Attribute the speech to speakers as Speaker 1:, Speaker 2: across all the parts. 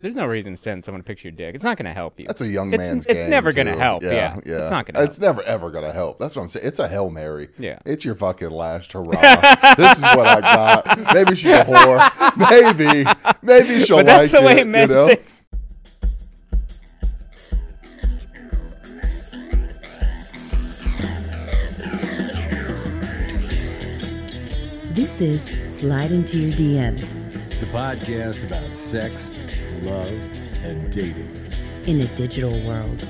Speaker 1: There's no reason to send someone a picture of your dick. It's not going to help you.
Speaker 2: That's a young
Speaker 1: It's-
Speaker 2: man's
Speaker 1: it's
Speaker 2: game.
Speaker 1: never gonna
Speaker 2: too.
Speaker 1: help. Yeah. It's not gonna
Speaker 2: It's never ever gonna help. That's what I'm saying. It's a hail mary.
Speaker 1: Yeah.
Speaker 2: It's your fucking last hurrah. this is what I got. Maybe she's a whore. Maybe. Maybe she'll
Speaker 1: but that's
Speaker 2: like
Speaker 1: the way
Speaker 2: it.
Speaker 1: men
Speaker 2: you know?
Speaker 1: think.
Speaker 3: This is Slide Into Your DMs
Speaker 4: the podcast about sex, love, and dating
Speaker 3: in a digital world.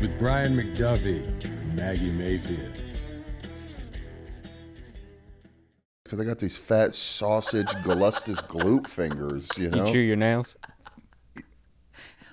Speaker 4: with Brian McDuffie and Maggie Mayfield.
Speaker 2: Because I got these fat sausage galustus gloop fingers, you know.
Speaker 1: You chew your nails.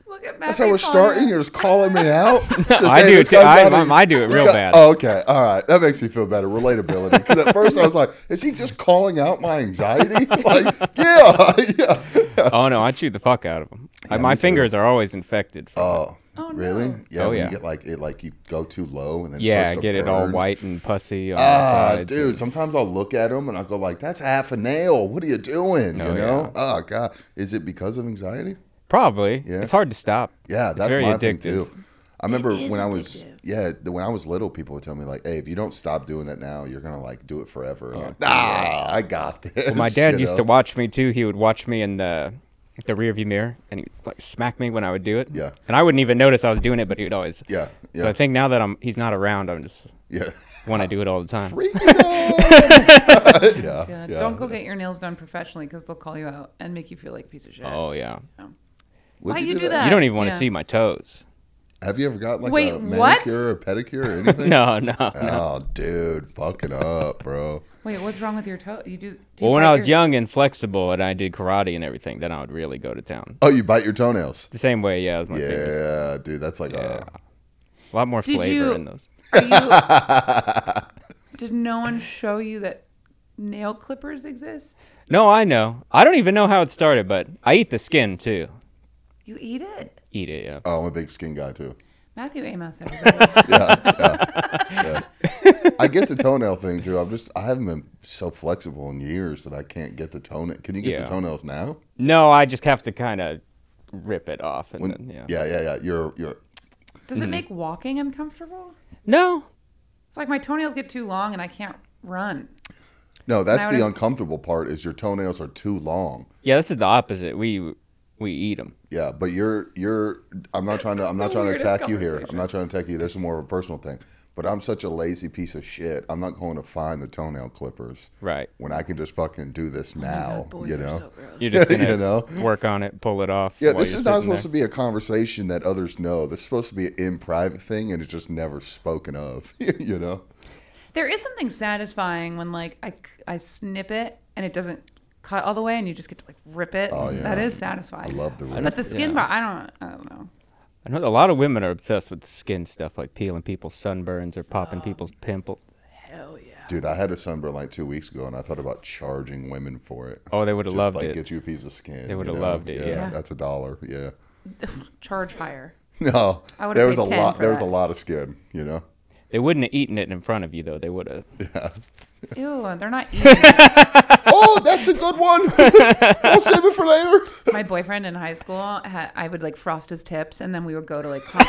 Speaker 5: Look at
Speaker 2: That's how we're starting. You're just calling me out. Just,
Speaker 1: I
Speaker 2: hey,
Speaker 1: do
Speaker 2: this
Speaker 1: it too.
Speaker 2: guy's
Speaker 1: I,
Speaker 2: got a-
Speaker 1: I- I do it
Speaker 2: this
Speaker 1: real
Speaker 2: guy-
Speaker 1: bad.
Speaker 2: Oh, okay. All right. That makes me feel better. Relatability. Because at first I was like, is he just calling out my anxiety? like, yeah, yeah.
Speaker 1: Oh no, I chew the fuck out of them. my fingers are always infected. From it.
Speaker 5: Oh,
Speaker 2: Really?
Speaker 5: no.
Speaker 2: Yeah.
Speaker 1: Oh,
Speaker 2: when
Speaker 1: yeah.
Speaker 2: You get like it, like you go too low, and then it
Speaker 1: yeah,
Speaker 2: starts to
Speaker 1: get it all
Speaker 2: burn.
Speaker 1: white and pussy on the
Speaker 2: Ah,
Speaker 1: sides.
Speaker 2: dude. Sometimes I'll look at them and I'll go like, "That's half a nail. What are you doing?"
Speaker 1: Oh,
Speaker 2: you know? Oh god, is it because of anxiety?
Speaker 1: Probably.
Speaker 2: Yeah.
Speaker 1: It's hard to stop.
Speaker 2: Yeah,
Speaker 1: It's
Speaker 2: that's
Speaker 1: very
Speaker 2: my
Speaker 1: addictive.
Speaker 2: thing too. I remember
Speaker 5: is
Speaker 2: when I was
Speaker 5: addictive.
Speaker 2: yeah, the- when I was little, people would tell me like, "Hey, if you don't stop doing that now, you're gonna like do it forever." And I'm like, nah, I got this.
Speaker 1: Oh, Well, my dad
Speaker 2: you
Speaker 1: used
Speaker 2: know?
Speaker 1: to watch me too. He would watch me in the the rearview mirror and he'd like smack me when I would do it.
Speaker 2: Yeah.
Speaker 1: And I wouldn't even notice I was doing it, but he would always.
Speaker 2: Yeah, yeah, Ah,
Speaker 1: So I think now that I'm he's not around, I'm just
Speaker 2: yeah.
Speaker 1: want to do it all the time.
Speaker 2: Freaking out. yeah, yeah.
Speaker 5: God, Don't go get your nails done professionally because they'll call you out and make you feel like a piece of shit.
Speaker 1: Oh yeah.
Speaker 2: Would
Speaker 5: Why you do
Speaker 1: You
Speaker 5: that?
Speaker 1: don't even want to
Speaker 5: Yeah.
Speaker 1: see my toes.
Speaker 2: Have you ever got like
Speaker 5: Wait,
Speaker 2: a
Speaker 5: what?
Speaker 2: manicure or pedicure or anything?
Speaker 1: No, no. no.
Speaker 2: Oh, dude, fucking up, bro.
Speaker 5: Wait, what's wrong with your toe? You do. do you
Speaker 1: Well, when
Speaker 5: bite
Speaker 1: I was
Speaker 5: your-
Speaker 1: young and flexible and I did karate and everything, then I would really go to town.
Speaker 2: Oh, you bite your toenails.
Speaker 1: The same way, yeah, as my fingers.
Speaker 2: Yeah, dude, that's like a
Speaker 1: A lot more
Speaker 5: Did
Speaker 1: flavor
Speaker 5: you-
Speaker 1: in those.
Speaker 5: Are you- did no one show you that nail clippers exist?
Speaker 1: No, I know. I don't even know how it started, but I eat the skin too.
Speaker 5: You eat it,
Speaker 1: Eat it, yeah.
Speaker 2: oh, I'm a big skin guy too.
Speaker 5: Matthew Amos. everybody.
Speaker 2: I get the toenail thing too. I'm just I haven't been so flexible in years that I can't get the toenail. Can you get
Speaker 1: Yeah.
Speaker 2: the toenails now?
Speaker 1: No, I just have to kind of rip it off and
Speaker 2: When-
Speaker 1: then, yeah.
Speaker 2: yeah, yeah, yeah. You're you're
Speaker 5: Does
Speaker 1: Hmm.
Speaker 5: it make walking uncomfortable?
Speaker 1: No.
Speaker 5: It's like my toenails get too long and I can't run.
Speaker 2: no. That's
Speaker 5: Now
Speaker 2: the
Speaker 5: it-
Speaker 2: uncomfortable part is your toenails are too long.
Speaker 1: Yeah, this is the opposite. We we eat them.
Speaker 2: Yeah, but you're you're. I'm not trying to. I'm not
Speaker 5: the
Speaker 2: trying to
Speaker 5: weirdest
Speaker 2: attack you here. I'm
Speaker 5: conversation.
Speaker 2: not trying to attack you. There's more of a personal thing. But I'm such a lazy piece of shit. I'm not going to find the toenail clippers.
Speaker 1: Right.
Speaker 2: When I can just fucking do this now,
Speaker 5: Oh Boys
Speaker 2: you
Speaker 5: are
Speaker 2: know.
Speaker 5: so gross.
Speaker 1: You're just gonna
Speaker 2: You know?
Speaker 1: work on it, pull it off.
Speaker 2: Yeah, this is not supposed to be a conversation that others know. This is supposed to be an in private thing, and it's just never spoken of. you know?
Speaker 5: There is something satisfying when like I, c- I snip it and it doesn't cut all the way and you just get to like rip it. Oh,
Speaker 2: yeah.
Speaker 5: That is satisfying.
Speaker 2: I love the rip.
Speaker 5: But the skin
Speaker 1: Yeah.
Speaker 5: part, I don't I don't know.
Speaker 1: I know a lot of women are obsessed with skin stuff, like peeling people's sunburns or popping people's pimples.
Speaker 2: Dude, I had a sunburn like two weeks ago, and I thought about charging women for it.
Speaker 1: Oh, they would have
Speaker 2: Just,
Speaker 1: loved
Speaker 2: like,
Speaker 1: it.
Speaker 2: Get you a piece of skin.
Speaker 1: They would've
Speaker 2: you
Speaker 1: loved it, yeah.
Speaker 2: that's a dollar. Yeah.
Speaker 5: Charge higher.
Speaker 2: No,
Speaker 5: I would've
Speaker 2: there was
Speaker 5: paid
Speaker 2: a
Speaker 5: 10
Speaker 2: lot.
Speaker 5: for
Speaker 2: There was a
Speaker 5: that.
Speaker 2: lot of skin. You know?
Speaker 1: They wouldn't have eaten it in front of you though. They would have.
Speaker 5: Ew, they're not eating.
Speaker 2: oh, that's a good one. I'll save it for later.
Speaker 5: My boyfriend in high school, ha- I would like frost his tips, and then we would go to like. coffee-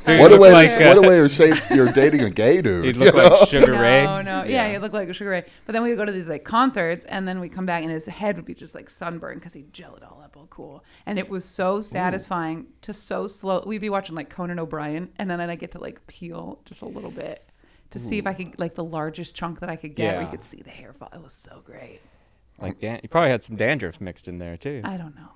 Speaker 1: So you
Speaker 2: What a
Speaker 1: look
Speaker 2: way!
Speaker 1: like
Speaker 2: to, what a
Speaker 1: uh,
Speaker 2: way to say you're dating a gay dude.
Speaker 1: You'd look
Speaker 2: you know?
Speaker 1: like Sugar Ray.
Speaker 5: no, no, yeah, he looked like a Sugar Ray. But then we would go to these like concerts, and then we would come back, and his head would be just like sunburned because he gel it all up all cool, and it was so satisfying to so slow. We'd be watching like Conan O'Brien, and then I would get to like peel just a little bit to see if I could like the largest chunk that I could get,
Speaker 1: Yeah.
Speaker 5: where you could see the hair fall. It was so great.
Speaker 1: Like dan- you probably had some dandruff mixed in there too.
Speaker 5: I don't know.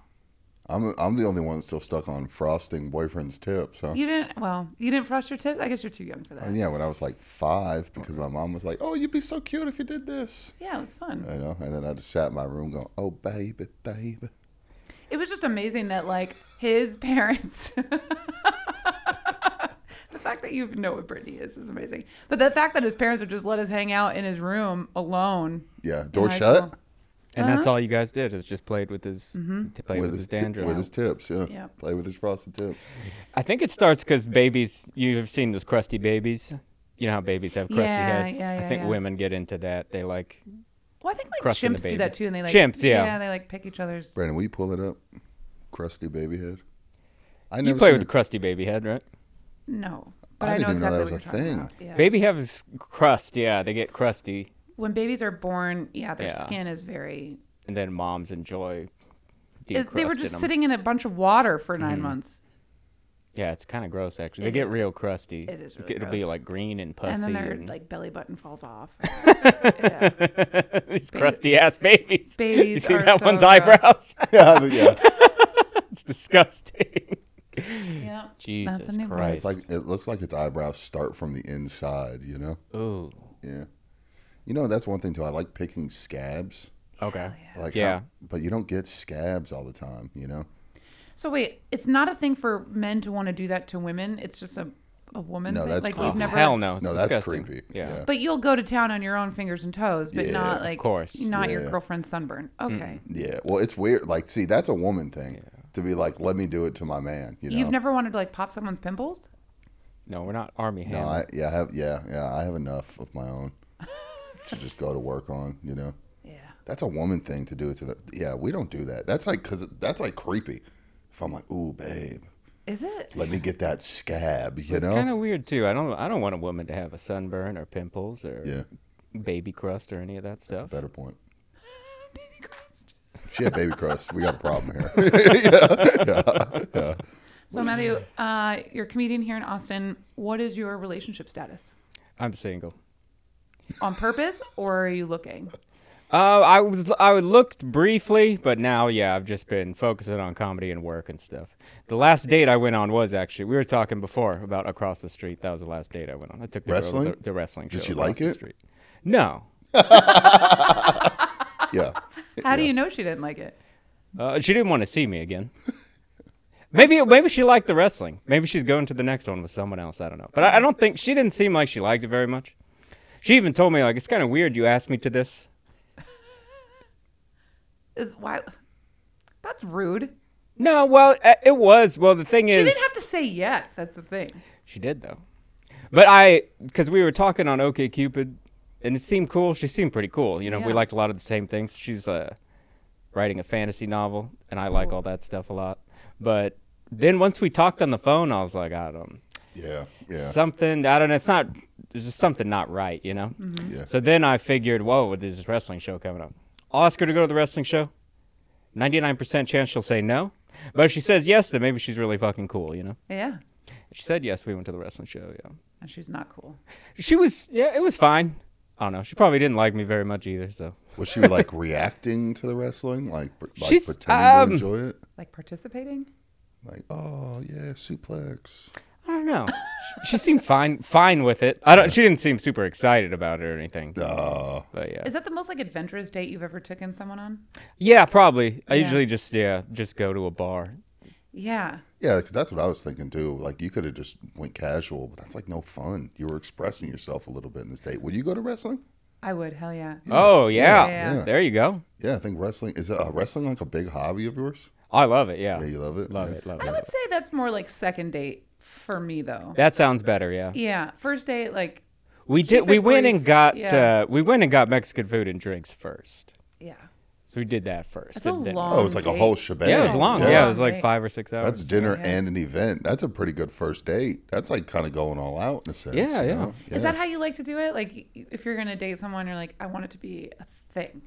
Speaker 2: I'm, I'm the only one still stuck on frosting boyfriend's tips. Huh?
Speaker 5: You didn't. Well, you didn't frost your tips. I guess you're too young for that.
Speaker 2: Yeah, when I was like five, because my mom was like, "Oh, you'd be so cute if you did this,"
Speaker 5: Yeah, it was fun.
Speaker 2: you know. And then I just sat in my room going, "Oh, baby, baby."
Speaker 5: It was just amazing that like his parents. the fact that you even know what Britney is is amazing. But the fact that his parents would just let us hang out in his room alone.
Speaker 2: Yeah,
Speaker 5: in
Speaker 2: door
Speaker 5: high
Speaker 2: shut
Speaker 5: school.
Speaker 1: And that's all you guys did is just played with his
Speaker 5: Mm-hmm.
Speaker 1: t- played with, his,
Speaker 2: ti-
Speaker 1: dandruff.
Speaker 2: with his tips. Yeah,
Speaker 5: Yeah.
Speaker 2: play with his frosted tips.
Speaker 1: I think it starts because babies. You've seen those crusty babies. You know how babies have crusty
Speaker 5: Yeah,
Speaker 1: heads.
Speaker 5: yeah,
Speaker 1: I
Speaker 5: yeah,
Speaker 1: think
Speaker 5: yeah.
Speaker 1: women get into that. They like
Speaker 5: Why I think like
Speaker 1: Crusting the
Speaker 5: chimps do
Speaker 1: baby.
Speaker 5: that too, and they like
Speaker 1: Chimps, yeah.
Speaker 5: yeah, they like pick each other's.
Speaker 2: Brandon, will you pull it up? Crusty baby head. I
Speaker 1: You
Speaker 2: never
Speaker 1: play
Speaker 2: seen
Speaker 1: with the
Speaker 2: it.
Speaker 1: crusty baby head, right?
Speaker 5: No, but
Speaker 2: I
Speaker 5: I, know
Speaker 2: didn't even know
Speaker 5: exactly
Speaker 2: that was
Speaker 5: what you're
Speaker 2: a
Speaker 5: talking
Speaker 2: thing.
Speaker 5: about. Yeah.
Speaker 1: Baby have s- crust, yeah. They get crusty,
Speaker 5: When babies are born, yeah, their
Speaker 1: Yeah.
Speaker 5: skin is very.
Speaker 1: and then moms enjoy.
Speaker 5: Is, they were
Speaker 1: decrusting
Speaker 5: just
Speaker 1: 'em. Mm-hmm.
Speaker 5: sitting in a bunch of water for 9 months,
Speaker 1: Yeah, it's kind of gross actually. They get real crusty.
Speaker 5: it is
Speaker 1: It'll
Speaker 5: really
Speaker 1: get- It'll be
Speaker 5: gross.
Speaker 1: like green and pussy.
Speaker 5: and then their
Speaker 1: and
Speaker 5: like belly button falls off.
Speaker 1: these crusty ass babies. you
Speaker 5: Babies
Speaker 1: see
Speaker 5: are
Speaker 1: that
Speaker 5: so
Speaker 1: one's
Speaker 5: gross.
Speaker 1: eyebrows?
Speaker 2: Yeah, but yeah.
Speaker 1: it's disgusting.
Speaker 5: yeah,
Speaker 1: Jesus
Speaker 5: that's a new
Speaker 1: Christ.
Speaker 2: It's like it looks like its eyebrows start from the inside. You know.
Speaker 1: Ooh.
Speaker 2: Yeah. You know that's one thing too. I like picking scabs.
Speaker 1: Okay.
Speaker 2: Like
Speaker 1: Yeah.
Speaker 2: how- but you don't get scabs all the time. You know.
Speaker 5: So wait, it's not a thing for men to want to do that to women. It's just a a woman.
Speaker 2: No,
Speaker 5: thing?
Speaker 2: that's
Speaker 5: like
Speaker 2: creepy.
Speaker 5: we've never.
Speaker 1: Oh, Hell no. It's
Speaker 2: No, that's
Speaker 1: disgusting.
Speaker 2: creepy.
Speaker 1: Yeah.
Speaker 2: Yeah.
Speaker 5: But you'll go to town on your own fingers and toes, but
Speaker 2: Yeah,
Speaker 5: not
Speaker 2: of
Speaker 5: like
Speaker 1: course.
Speaker 5: not your
Speaker 2: Yeah.
Speaker 5: girlfriend's sunburn. Okay.
Speaker 2: Yeah. Well, it's weird. Like, see, that's a woman thing to be like, let me do it to my man. You know.
Speaker 5: You've never wanted to like pop someone's pimples?
Speaker 1: No, we're not army
Speaker 2: No,
Speaker 1: hammer.
Speaker 2: I, yeah, I have. Yeah, yeah, I have enough of my own to just go to work on. You know.
Speaker 5: Yeah.
Speaker 2: That's a woman thing to do to the. Yeah, we don't do that. That's like because that's like creepy. If I'm like, ooh, babe,
Speaker 5: Is it?
Speaker 2: let me get that scab. You
Speaker 1: it's
Speaker 2: know.
Speaker 1: kind of weird too. I don't. I don't want a woman to have a sunburn or pimples or
Speaker 2: Yeah.
Speaker 1: baby crust or any of that stuff.
Speaker 2: Better point.
Speaker 5: Baby Christ.
Speaker 2: She had baby crust. We got a problem here.
Speaker 5: So Matthew, uh, you're a comedian here in Austin. What is your relationship status?
Speaker 1: I'm single.
Speaker 5: On purpose or are you looking?
Speaker 1: Uh, I was I looked briefly, but now yeah, I've just been focusing on comedy and work and stuff. The last date I went on was actually we were talking before about across the street. That was the last date I went on. I took the girl to
Speaker 2: Wrestling?
Speaker 1: the, the wrestling.
Speaker 2: Did
Speaker 1: show
Speaker 2: she
Speaker 1: across
Speaker 2: like
Speaker 1: the
Speaker 2: it?
Speaker 1: Street. No,
Speaker 2: yeah.
Speaker 5: How do you know she didn't like it?
Speaker 1: uh, she didn't want to see me again. Maybe maybe she liked the wrestling. Maybe she's going to the next one with someone else. I don't know. But I, I don't think she didn't seem like she liked it very much. She even told me like it's kind of weird you asked me to this.
Speaker 5: Is why that's rude.
Speaker 1: No, well uh, it was. Well, the thing
Speaker 5: She
Speaker 1: is
Speaker 5: didn't have to say yes. That's the thing.
Speaker 1: She did though. But I, because we were talking on OK Cupid, and it seemed cool. She seemed pretty cool. You know, we
Speaker 5: Yeah.
Speaker 1: liked a lot of the same things. She's uh, writing a fantasy novel, and I like all that stuff a lot. But then once we talked on the phone, I was like, I don't,
Speaker 2: Yeah. Yeah.
Speaker 1: something. I don't know. It's not. There's just something not right. You know.
Speaker 2: Yeah.
Speaker 1: So then I figured, whoa, with this wrestling show coming up, I'll ask her to go to the wrestling show. Ninety-nine percent chance she'll say no. But if she says yes, then maybe she's really fucking cool. You know.
Speaker 5: Yeah.
Speaker 1: She said yes. We went to the wrestling show. Yeah.
Speaker 5: And she's not cool.
Speaker 1: She was, yeah, it was fine. I don't know. She probably didn't like me very much either. So
Speaker 2: Was she like reacting to the wrestling? Like, pr- like
Speaker 1: She's,
Speaker 2: pretending
Speaker 1: um,
Speaker 2: to enjoy it?
Speaker 5: Like participating?
Speaker 2: Like, oh yeah, suplex.
Speaker 1: I don't know. She- she seemed fine, fine with it. I don't. She didn't seem super excited about it or anything.
Speaker 2: Oh,
Speaker 1: But yeah,
Speaker 5: Is that the most like adventurous date you've ever taken someone on?
Speaker 1: yeah, probably. I
Speaker 5: Yeah.
Speaker 1: usually just yeah, just go to a bar.
Speaker 5: Yeah.
Speaker 2: yeah, because that's what I was thinking too. Like, you could have just went casual, but that's like no fun. You were expressing yourself a little bit in this date. Would you go to wrestling?
Speaker 5: I would, hell yeah.
Speaker 1: Oh yeah.
Speaker 5: Yeah, yeah.
Speaker 1: there you go.
Speaker 2: Yeah, I think wrestling is uh, wrestling like a big hobby of yours.
Speaker 1: I love it. Yeah,
Speaker 2: Yeah, you love it.
Speaker 1: love
Speaker 2: Yeah.
Speaker 1: it. Love
Speaker 5: I
Speaker 1: it.
Speaker 5: would say that's more like second date for me though.
Speaker 1: That sounds better. Yeah,
Speaker 5: Yeah. First date, like
Speaker 1: we did.
Speaker 5: Keep
Speaker 1: We
Speaker 5: it
Speaker 1: went
Speaker 5: brief.
Speaker 1: and got.
Speaker 5: Yeah.
Speaker 1: Uh, we went and got Mexican food and drinks first.
Speaker 5: yeah.
Speaker 1: So we did that first.
Speaker 5: That's a
Speaker 1: and then-
Speaker 5: long
Speaker 2: Oh, it's like a
Speaker 5: date.
Speaker 2: whole shebang.
Speaker 1: Yeah, it was long. Yeah, it was like
Speaker 5: Right.
Speaker 1: five or six hours.
Speaker 2: That's dinner and an event. That's a pretty good first date. That's like kind of going all out in a sense.
Speaker 1: Yeah,
Speaker 2: you
Speaker 1: yeah.
Speaker 2: know?
Speaker 5: Is that how you like to do it? Like y- if you're gonna date someone, you're like, I want it to be a thing.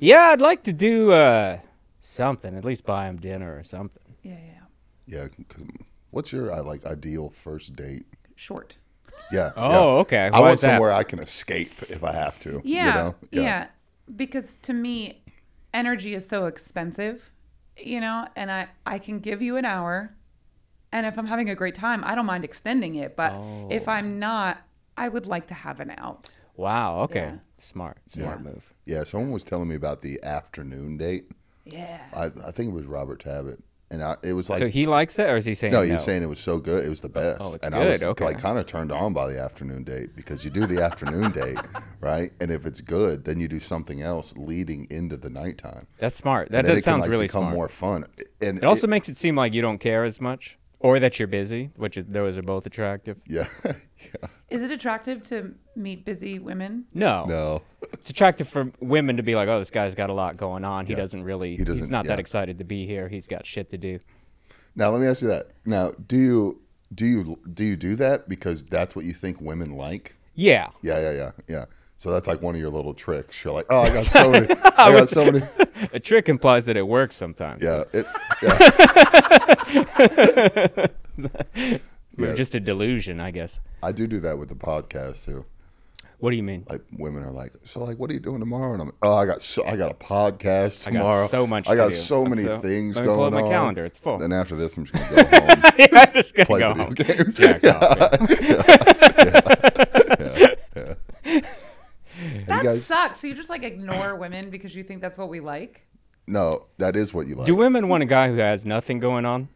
Speaker 1: Yeah, I'd like to do uh, something. At least buy him dinner or something.
Speaker 5: Yeah, yeah.
Speaker 2: Yeah, 'cause what's your I like ideal first date?
Speaker 5: Short.
Speaker 2: Yeah.
Speaker 1: Oh,
Speaker 2: yeah.
Speaker 1: okay.
Speaker 2: I
Speaker 1: Why
Speaker 2: want
Speaker 1: is that?
Speaker 2: somewhere I can escape if I have to. you
Speaker 5: Yeah,
Speaker 2: know?
Speaker 5: yeah. Because to me, energy is so expensive, you know, and I, I can give you an hour. And if I'm having a great time, I don't mind extending it. But if
Speaker 2: Oh.
Speaker 5: I'm not, I would like to have an out.
Speaker 1: Wow. Okay.
Speaker 5: Yeah.
Speaker 1: Smart. Smart move.
Speaker 2: Yeah, someone was telling me about the afternoon date.
Speaker 5: Yeah.
Speaker 2: I, I think it was Robert Tabbitt, and I, it was like
Speaker 1: so he likes it, or is he saying
Speaker 2: No,
Speaker 1: no?
Speaker 2: you're saying it was so good. It was the best.
Speaker 1: oh, it's
Speaker 2: and I
Speaker 1: good,
Speaker 2: was
Speaker 1: okay.
Speaker 2: like kind of turned on by the afternoon date because you do the afternoon date, right? And if it's good, then you do something else leading into the nighttime.
Speaker 1: That's smart. That,
Speaker 2: And then
Speaker 1: that
Speaker 2: it can,
Speaker 1: sounds
Speaker 2: like,
Speaker 1: really
Speaker 2: become
Speaker 1: smart.
Speaker 2: more fun. And
Speaker 1: it also makes it seem like you don't care as much. or that you're busy, which is those are both attractive.
Speaker 2: Yeah. yeah.
Speaker 5: Is it attractive to meet busy women?
Speaker 1: No,
Speaker 2: No.
Speaker 1: it's attractive for women to be like, oh, this guy's got a lot going on. He doesn't really.
Speaker 2: He doesn't-
Speaker 1: he's not
Speaker 2: yeah.
Speaker 1: that excited to be here. He's got shit to do.
Speaker 2: Now let me ask you that. Now, do you do you do you do that because that's what you think women like?
Speaker 1: Yeah,
Speaker 2: Yeah, yeah, yeah, yeah. So that's like one of your little tricks. You're like, oh, I got so many. I got so many.
Speaker 1: a trick implies that it works sometimes.
Speaker 2: Yeah. It, yeah.
Speaker 1: Or
Speaker 2: yeah.
Speaker 1: just a delusion, I guess.
Speaker 2: I do do that with the podcast too.
Speaker 1: What do you mean?
Speaker 2: Like women are like, so like, what are you doing tomorrow? And I'm, oh, I got so I got a podcast
Speaker 1: got
Speaker 2: tomorrow.
Speaker 1: so much
Speaker 2: I
Speaker 1: to
Speaker 2: got
Speaker 1: do.
Speaker 2: so
Speaker 1: I'm
Speaker 2: many
Speaker 1: so-
Speaker 2: things
Speaker 1: let me
Speaker 2: going
Speaker 1: pull up
Speaker 2: on.
Speaker 1: my calendar. It's full.
Speaker 2: Then after this, I'm just gonna go home.
Speaker 1: I'm just gonna
Speaker 2: play
Speaker 1: go
Speaker 2: video
Speaker 1: home.
Speaker 2: games.
Speaker 1: Jack off, yeah.
Speaker 5: That
Speaker 2: guys-
Speaker 5: sucks. So you just like ignore women because you think that's what we like?
Speaker 2: no, that is what you like.
Speaker 1: Do women want a guy who has nothing going on?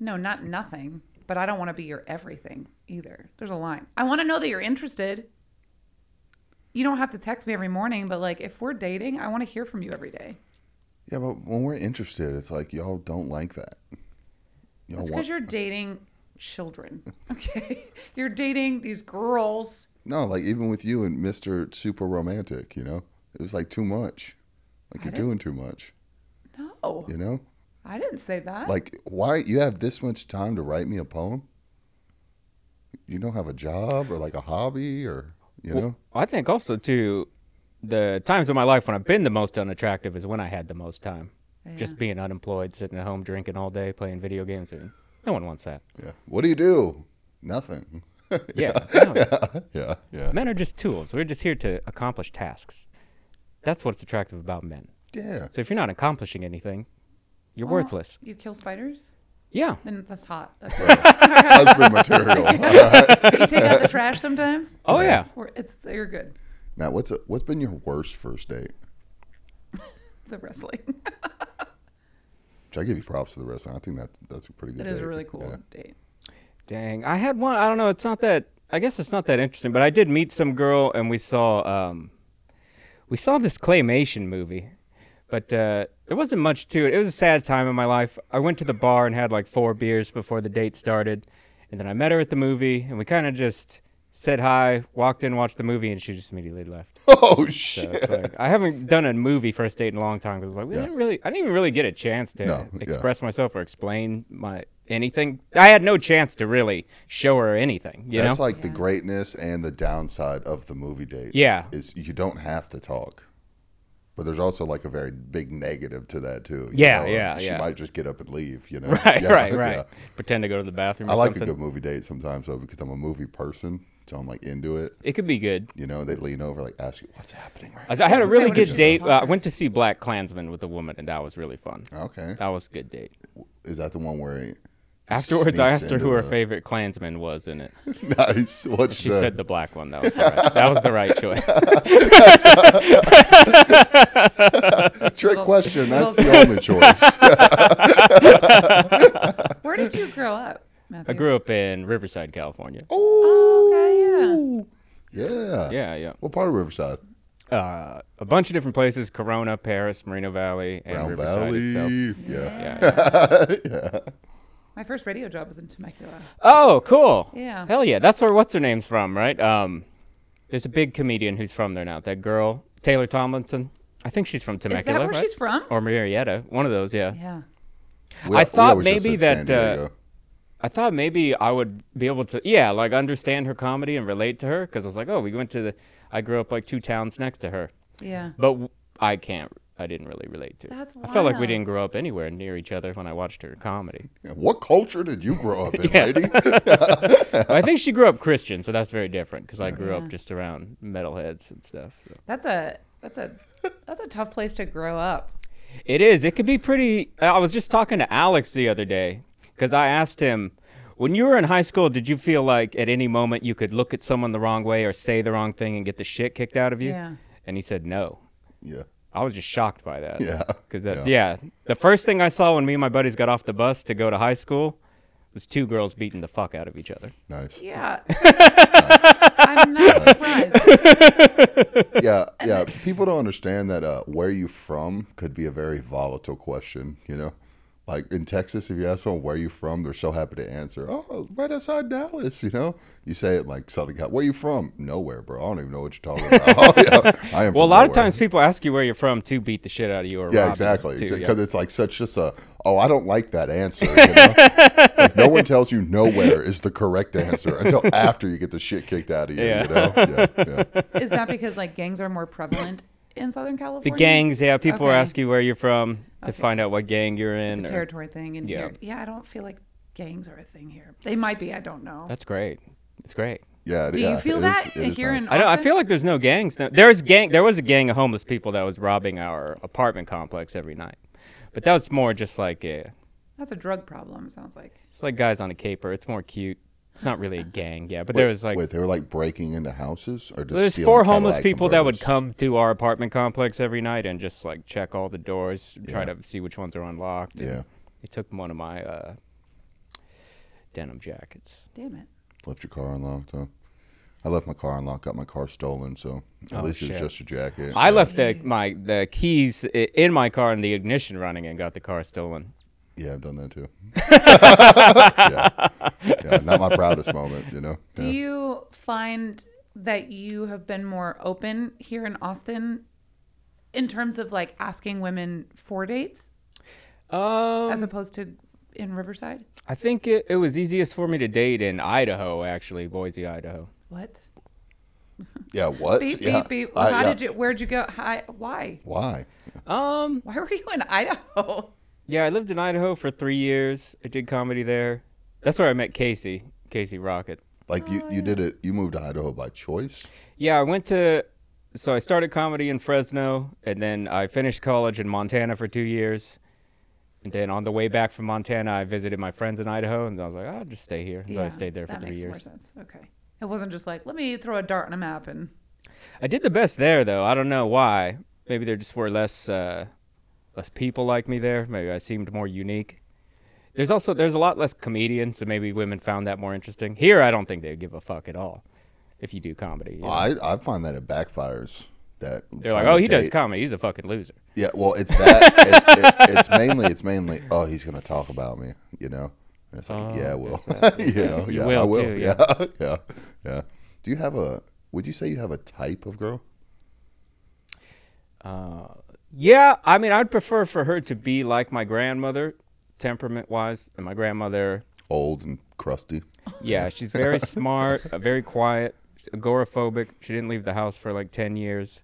Speaker 5: No, not nothing. But I don't want to be your everything either. There's a line. I want to know that you're interested. You don't have to text me every morning, but like if we're dating, I want to hear from you every day.
Speaker 2: yeah, but when we're interested, it's like y'all don't like that. Y'all
Speaker 5: It's because you're dating children. Okay. you're dating these girls.
Speaker 2: No, like even with you and Mr. Super Romantic, you know? It was like too much. Like you're doing too much,
Speaker 5: No,
Speaker 2: you know?
Speaker 5: I didn't say that.
Speaker 2: Like why you have this much time to write me a poem? You don't have a job or like a hobby or you know?
Speaker 1: I think also too, the times in my life when I've been the most unattractive is when I had the most time. Just being unemployed, sitting at home drinking all day, playing video games. and No one wants that.
Speaker 2: Yeah. What do you do? Nothing.
Speaker 1: Yeah. no.
Speaker 2: yeah. Yeah.
Speaker 1: Men are just tools. We're just here to accomplish tasks. That's what's attractive about men.
Speaker 2: Yeah.
Speaker 1: So if you're not accomplishing anything, you're
Speaker 5: Well,
Speaker 1: worthless.
Speaker 5: You kill spiders?
Speaker 1: Yeah.
Speaker 5: Then that's hot. That's
Speaker 2: Husband material. All right.
Speaker 5: you take out the trash sometimes?
Speaker 1: Oh yeah.
Speaker 5: Or it's you're good.
Speaker 2: Matt, what's a, what's been your worst first date?
Speaker 5: The wrestling.
Speaker 2: Which I give you props to the rest. I think that that's a pretty good
Speaker 5: That is a
Speaker 2: date.
Speaker 5: really cool
Speaker 2: Yeah.
Speaker 5: date.
Speaker 1: Dang, I had one. I don't know. It's not that. I guess it's not that interesting. But I did meet some girl, and we saw um, we saw this claymation movie. But uh, there wasn't much to it. It was a sad time in my life. I went to the bar and had like four beers before the date started, and then I met her at the movie, and we kind of just said hi, walked in, watched the movie, and she just immediately left.
Speaker 2: Oh
Speaker 1: So
Speaker 2: shit.
Speaker 1: it's like, I haven't done a movie first date in a long time because like we didn't really, I didn't even really get a chance to
Speaker 2: No, yeah.
Speaker 1: express myself or explain my anything. I had no chance to really show her anything. You
Speaker 2: That's
Speaker 1: know?
Speaker 2: like the greatness and the downside of the movie date.
Speaker 1: Yeah.
Speaker 2: Is you don't have to talk. But there's also like a very big negative to that too. you
Speaker 1: Yeah,
Speaker 2: know?
Speaker 1: yeah,
Speaker 2: She
Speaker 1: yeah.
Speaker 2: might just get up and leave, you know.
Speaker 1: right,
Speaker 2: Yeah,
Speaker 1: right,
Speaker 2: yeah.
Speaker 1: right. Pretend to go to the bathroom. Or
Speaker 2: I like a
Speaker 1: something.
Speaker 2: good movie date sometimes though because I'm a movie person, so I'm like into it.
Speaker 1: It could be good.
Speaker 2: You know, they lean over like ask you what's happening right
Speaker 1: I, was- I had a really
Speaker 5: what it
Speaker 1: good
Speaker 5: is.
Speaker 1: date. Uh, I went to see Black Klansman with a woman, and that was really fun.
Speaker 2: now. Okay.
Speaker 1: That was a good date.
Speaker 2: Is that the one where he
Speaker 1: Afterwards, I
Speaker 2: sneaks
Speaker 1: asked her
Speaker 2: into
Speaker 1: who her
Speaker 2: the-
Speaker 1: favorite Klansman was in it.
Speaker 2: Nice. What
Speaker 1: She said the black one. That was the right, that was the right choice.
Speaker 2: trick question. That's
Speaker 5: little-
Speaker 2: the only choice.
Speaker 5: Where did you grow up, Matthew?
Speaker 1: I grew up in Riverside, California.
Speaker 2: Oh.
Speaker 5: Oh, Okay,
Speaker 2: yeah.
Speaker 1: Yeah, yeah.
Speaker 2: What part of Riverside?
Speaker 1: uh, a bunch of different places: Corona, Paris, Merino Valley, and
Speaker 2: Brown
Speaker 1: Riverside
Speaker 2: Valley.
Speaker 1: itself.
Speaker 2: Yeah.
Speaker 1: Yeah, yeah.
Speaker 5: My first radio job was in Temecula.
Speaker 1: oh, cool.
Speaker 5: Yeah.
Speaker 1: Hell yeah. That's where what's her name's from, right? Um, there's a big comedian who's from there now. That girl, Taylor Tomlinson. I think she's from Temecula.
Speaker 5: Is that where
Speaker 1: right?
Speaker 5: she's from?
Speaker 1: Or Marietta, one of those. Yeah.
Speaker 5: Yeah.
Speaker 2: We-
Speaker 1: I
Speaker 2: we
Speaker 1: thought
Speaker 2: always just
Speaker 1: maybe
Speaker 2: said San
Speaker 1: that, uh,
Speaker 2: Diego.
Speaker 1: I thought maybe I would be able to, yeah, like understand her comedy and relate to her because I was like, oh, we went to the. I grew up like two towns next to her,
Speaker 5: Yeah.
Speaker 1: but w- I can't. I didn't really relate to.
Speaker 5: That's
Speaker 1: I felt like we
Speaker 5: wild.
Speaker 1: didn't grow up anywhere near each other when I watched her comedy.
Speaker 2: Yeah, What culture did you grow up in, lady?
Speaker 1: Well, I think she grew up Christian, so that's very different because I grew up just around metalheads and stuff. So.
Speaker 5: That's a that's a that's a tough place to grow up.
Speaker 1: It is. It could be pretty. I was just talking to Alex the other day because I asked him, when you were in high school, did you feel like at any moment you could look at someone the wrong way or say the wrong thing and get the shit kicked out of you?
Speaker 5: Yeah.
Speaker 1: And he said, no.
Speaker 2: yeah.
Speaker 1: I was just shocked by that.
Speaker 2: Yeah.
Speaker 1: Because that's, yeah. The first thing I saw when me and my buddies got off the bus to go to high school was two girls beating the fuck out of each other.
Speaker 2: Nice. Yeah.
Speaker 5: Yeah. I'm not surprised.
Speaker 2: Yeah. People don't understand that uh, where you from could be a very volatile question, you know? Like in Texas, if you ask someone where you from, they're so happy to answer. Oh, right outside Dallas, you know. You say it like Southern Cal. Where you from? Nowhere, bro. I don't even know what you're talking about. oh, yeah, I am.
Speaker 1: Well, a
Speaker 2: from
Speaker 1: lot of
Speaker 2: nowhere.
Speaker 1: times people ask you where you're from to beat the shit out of you or rob
Speaker 2: Yeah,
Speaker 1: you,
Speaker 2: exactly.
Speaker 1: too,
Speaker 2: Because
Speaker 1: yeah.
Speaker 2: it's like such just a oh, I don't like that answer. You know? like, no one tells you nowhere is the correct answer until after you get the shit kicked out of you.
Speaker 1: Yeah.
Speaker 2: You know? Yeah, yeah.
Speaker 5: Is that because like gangs are more prevalent in Southern California?
Speaker 1: The gangs, yeah. People
Speaker 5: Okay.
Speaker 1: ask you where you're from to find out what gang you're in.
Speaker 5: It's a
Speaker 1: or-
Speaker 5: territory thing. And
Speaker 1: Yeah.
Speaker 5: here, yeah, I don't feel like gangs are a thing here. They might be. I don't know.
Speaker 1: That's great. It's great.
Speaker 2: Yeah,
Speaker 5: Do you
Speaker 2: yeah,
Speaker 5: feel
Speaker 2: it
Speaker 5: that
Speaker 2: it
Speaker 5: here in-
Speaker 1: I don't. I
Speaker 5: Austin?
Speaker 1: feel like there's no gangs. Now. There's gang. There was a gang of homeless people that was robbing our apartment complex every night, but that was more just like a,
Speaker 5: That's a drug problem. it Sounds like.
Speaker 1: it's like guys on a caper. It's more cute. It's not really a gang, yeah. But there was like
Speaker 2: wait, they were like breaking into houses or just
Speaker 1: there's
Speaker 2: stealing
Speaker 1: four homeless
Speaker 2: Cadillac
Speaker 1: people that would
Speaker 2: converters?
Speaker 1: come to our apartment complex every night and just like check all the doors, try to see which ones are unlocked. and
Speaker 2: Yeah.
Speaker 1: they took one of my uh, denim jackets.
Speaker 5: Damn it.
Speaker 2: Left your car unlocked. Huh? I left my car unlocked. Got my car stolen. So at
Speaker 1: Oh,
Speaker 2: least it was
Speaker 1: shit.
Speaker 2: just a jacket.
Speaker 1: I left the my the keys i- in my car and the ignition running and got the car stolen.
Speaker 2: yeah, I've done that too. yeah. yeah, not my proudest moment. You know.
Speaker 5: Do
Speaker 2: Yeah.
Speaker 5: you find that you have been more open here in Austin in terms of like asking women for dates
Speaker 1: Um,
Speaker 5: as opposed to in Riverside?
Speaker 1: I think it, it was easiest for me to date in Idaho, actually, Boise, Idaho.
Speaker 5: What?
Speaker 2: yeah. What?
Speaker 5: Beep,
Speaker 2: yeah.
Speaker 5: beep, beep.
Speaker 2: I-
Speaker 5: How
Speaker 2: yeah.
Speaker 5: did you, where'd you go? Hi, why?
Speaker 2: Why?
Speaker 1: Um,
Speaker 5: Why were you in Idaho?
Speaker 1: yeah, I lived in Idaho for three years. I did comedy there. That's where I met Casey, Casey Rocket.
Speaker 2: Like you, you
Speaker 5: Oh,
Speaker 2: did it. You moved to Idaho by choice.
Speaker 1: Yeah, I went to, so I started comedy in Fresno, and then I finished college in Montana for two years. And then on the way back from Montana, I visited my friends in Idaho, and I was like, I'll just stay here. So I stayed there for
Speaker 5: that
Speaker 1: three
Speaker 5: makes
Speaker 1: years.
Speaker 5: More sense. Okay. It wasn't just like, let me throw a dart on a map and
Speaker 1: I did the best there, though. I don't know why. Maybe there just were less uh, less people like me there. Maybe I seemed more unique. There's also there's a lot less comedians, so maybe women found that more interesting. Here, I don't think they give a fuck at all if you do comedy. you know?
Speaker 2: I, I find that it backfires. That
Speaker 1: They're
Speaker 2: trying
Speaker 1: like, oh,
Speaker 2: to
Speaker 1: he does
Speaker 2: date-
Speaker 1: comedy. He's a fucking loser.
Speaker 2: Yeah, well, it's that. it, it, it's mainly, it's mainly. Oh, he's gonna talk about me, you know. And it's like,
Speaker 1: Oh,
Speaker 2: yeah, I will. you know,
Speaker 1: You
Speaker 2: yeah, I
Speaker 1: will
Speaker 2: will.
Speaker 1: too,
Speaker 2: yeah, yeah, yeah. Do you have a? Would you say you have a type of girl?
Speaker 1: Yeah, I mean, I'd prefer for her to be like my grandmother, temperament wise, and my grandmother.
Speaker 2: Old and crusty.
Speaker 1: Yeah, she's very smart, uh, very quiet, she's agoraphobic. She didn't leave the house for like 10 years.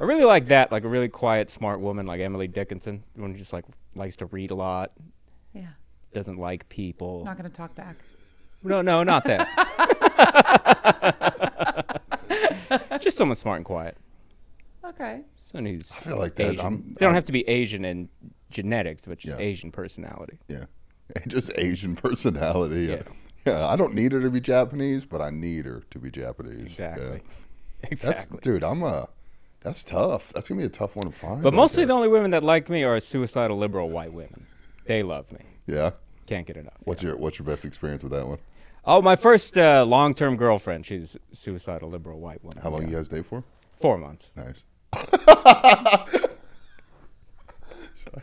Speaker 1: I really like that, like a really quiet, smart woman like Emily Dickinson, one who just like likes to read a lot,
Speaker 5: yeah,
Speaker 1: doesn't like people.
Speaker 5: not going to talk back.
Speaker 1: No, no, not that. just someone smart and quiet.
Speaker 5: Okay.
Speaker 1: Someone who's
Speaker 2: feel like that.
Speaker 1: Asian.
Speaker 2: I'm-
Speaker 1: they don't
Speaker 2: I'm-
Speaker 1: have to be Asian in genetics, but just
Speaker 2: Yeah.
Speaker 1: Asian personality.
Speaker 2: Yeah, just Asian personality. Yeah.
Speaker 1: Yeah.
Speaker 2: I don't need her to be Japanese, but I need her to be Japanese. Yeah.
Speaker 1: Exactly.
Speaker 2: That's
Speaker 1: Exactly.
Speaker 2: dude. I'm a. That's tough. That's gonna be a tough one to find.
Speaker 1: but
Speaker 2: out
Speaker 1: mostly the
Speaker 2: there.
Speaker 1: only women that like me are suicidal liberal white women. They love me.
Speaker 2: Yeah.
Speaker 1: Can't get enough.
Speaker 2: What's your What's your best experience with that one?
Speaker 1: Oh, my first uh, long-term girlfriend. She's a suicidal liberal white woman.
Speaker 2: How long
Speaker 1: Yeah.
Speaker 2: you guys date for?
Speaker 1: Four months.
Speaker 2: Nice.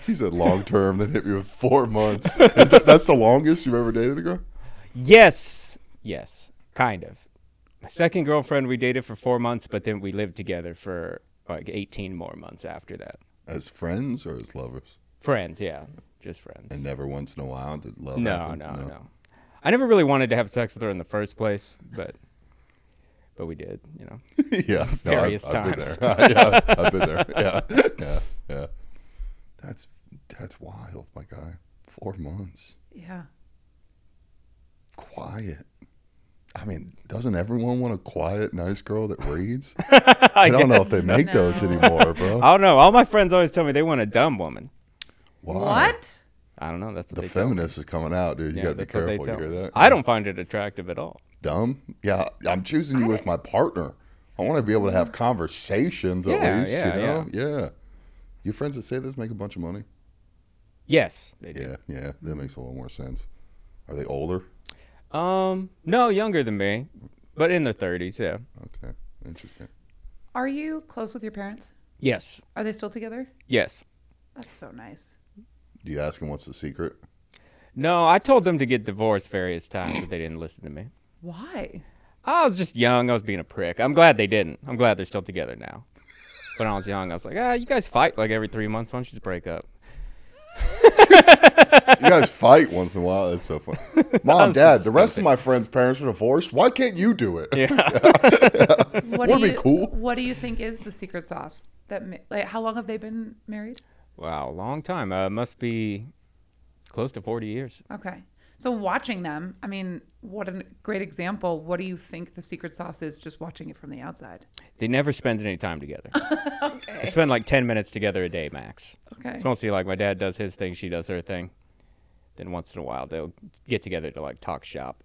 Speaker 2: he said long term, then hit me with four months. Is that, that's the longest you've ever dated a girl?
Speaker 1: Yes, yes, kind of. My second girlfriend, we dated for four months, but then we lived together for like 18 more months after that.
Speaker 2: As friends or as lovers?
Speaker 1: Friends, yeah, just friends.
Speaker 2: And never once in a while did love
Speaker 1: no,
Speaker 2: happen?
Speaker 1: no, no, I never really wanted to have sex with her in the first place, but but we did, you know.
Speaker 2: yeah, no,
Speaker 1: Various
Speaker 2: I've, I've been
Speaker 1: times.
Speaker 2: there. yeah, I've been there. Yeah, yeah, yeah. That's that's wild, my guy. Four months,
Speaker 5: Yeah.
Speaker 2: quiet. I mean, doesn't everyone want a quiet, nice girl that reads?
Speaker 1: I,
Speaker 2: I don't know if they
Speaker 1: guess.
Speaker 2: make those
Speaker 5: No.
Speaker 2: anymore, bro.
Speaker 1: I don't know. All my friends always tell me they want a dumb woman.
Speaker 2: Why?
Speaker 5: What?
Speaker 1: I don't know. That's what
Speaker 2: The
Speaker 1: they tell me.
Speaker 2: feminist is coming out, dude. You
Speaker 1: Yeah,
Speaker 2: gotta be
Speaker 1: that's what they
Speaker 2: careful. You
Speaker 1: tell
Speaker 2: hear
Speaker 1: me.
Speaker 2: that?
Speaker 1: I don't find it attractive at all.
Speaker 2: dumb. Yeah, I'm choosing you with my partner. I want to be able to have conversations
Speaker 1: Yeah,
Speaker 2: at least.
Speaker 1: yeah,
Speaker 2: you know, yeah. Your friends that say this make a bunch of money.
Speaker 1: Yes, they do.
Speaker 2: Yeah, yeah, that makes a little more sense. Are they older?
Speaker 1: Um, no, younger than me, but in their thirties. Yeah.
Speaker 2: Okay, interesting.
Speaker 5: Are you close with your parents?
Speaker 1: Yes.
Speaker 5: Are they still together?
Speaker 1: Yes.
Speaker 5: That's so nice.
Speaker 2: Do you ask him what's the secret?
Speaker 1: No, I told them to get divorced various times, but they didn't listen to me.
Speaker 5: Why?
Speaker 1: I was just young. I was being a prick. I'm glad they didn't. I'm glad they're still together now. When I was young, I was like, ah, you guys fight like every three months. Why don't you just break up?
Speaker 2: You guys fight once in a while. That's so funny. Mom,
Speaker 1: I'm so
Speaker 2: Dad, the rest of my friends' parents are divorced. Why can't you do it?
Speaker 5: What
Speaker 2: Wouldn't
Speaker 5: do
Speaker 2: it
Speaker 5: you,
Speaker 2: be cool?
Speaker 5: What do you think is the secret sauce? That ma- like, how long have they been married?
Speaker 1: Wow, long time. Uh, must be close to 40 years.
Speaker 5: Okay. So watching them, I mean, what a great example. What do you think the secret sauce is? Just watching it from the outside.
Speaker 1: They never spend any time together. They spend like 10 minutes together a day max.
Speaker 5: Okay.
Speaker 1: It's mostly like my dad does his thing, she does her thing. Then once in a while, they'll get together to like talk shop.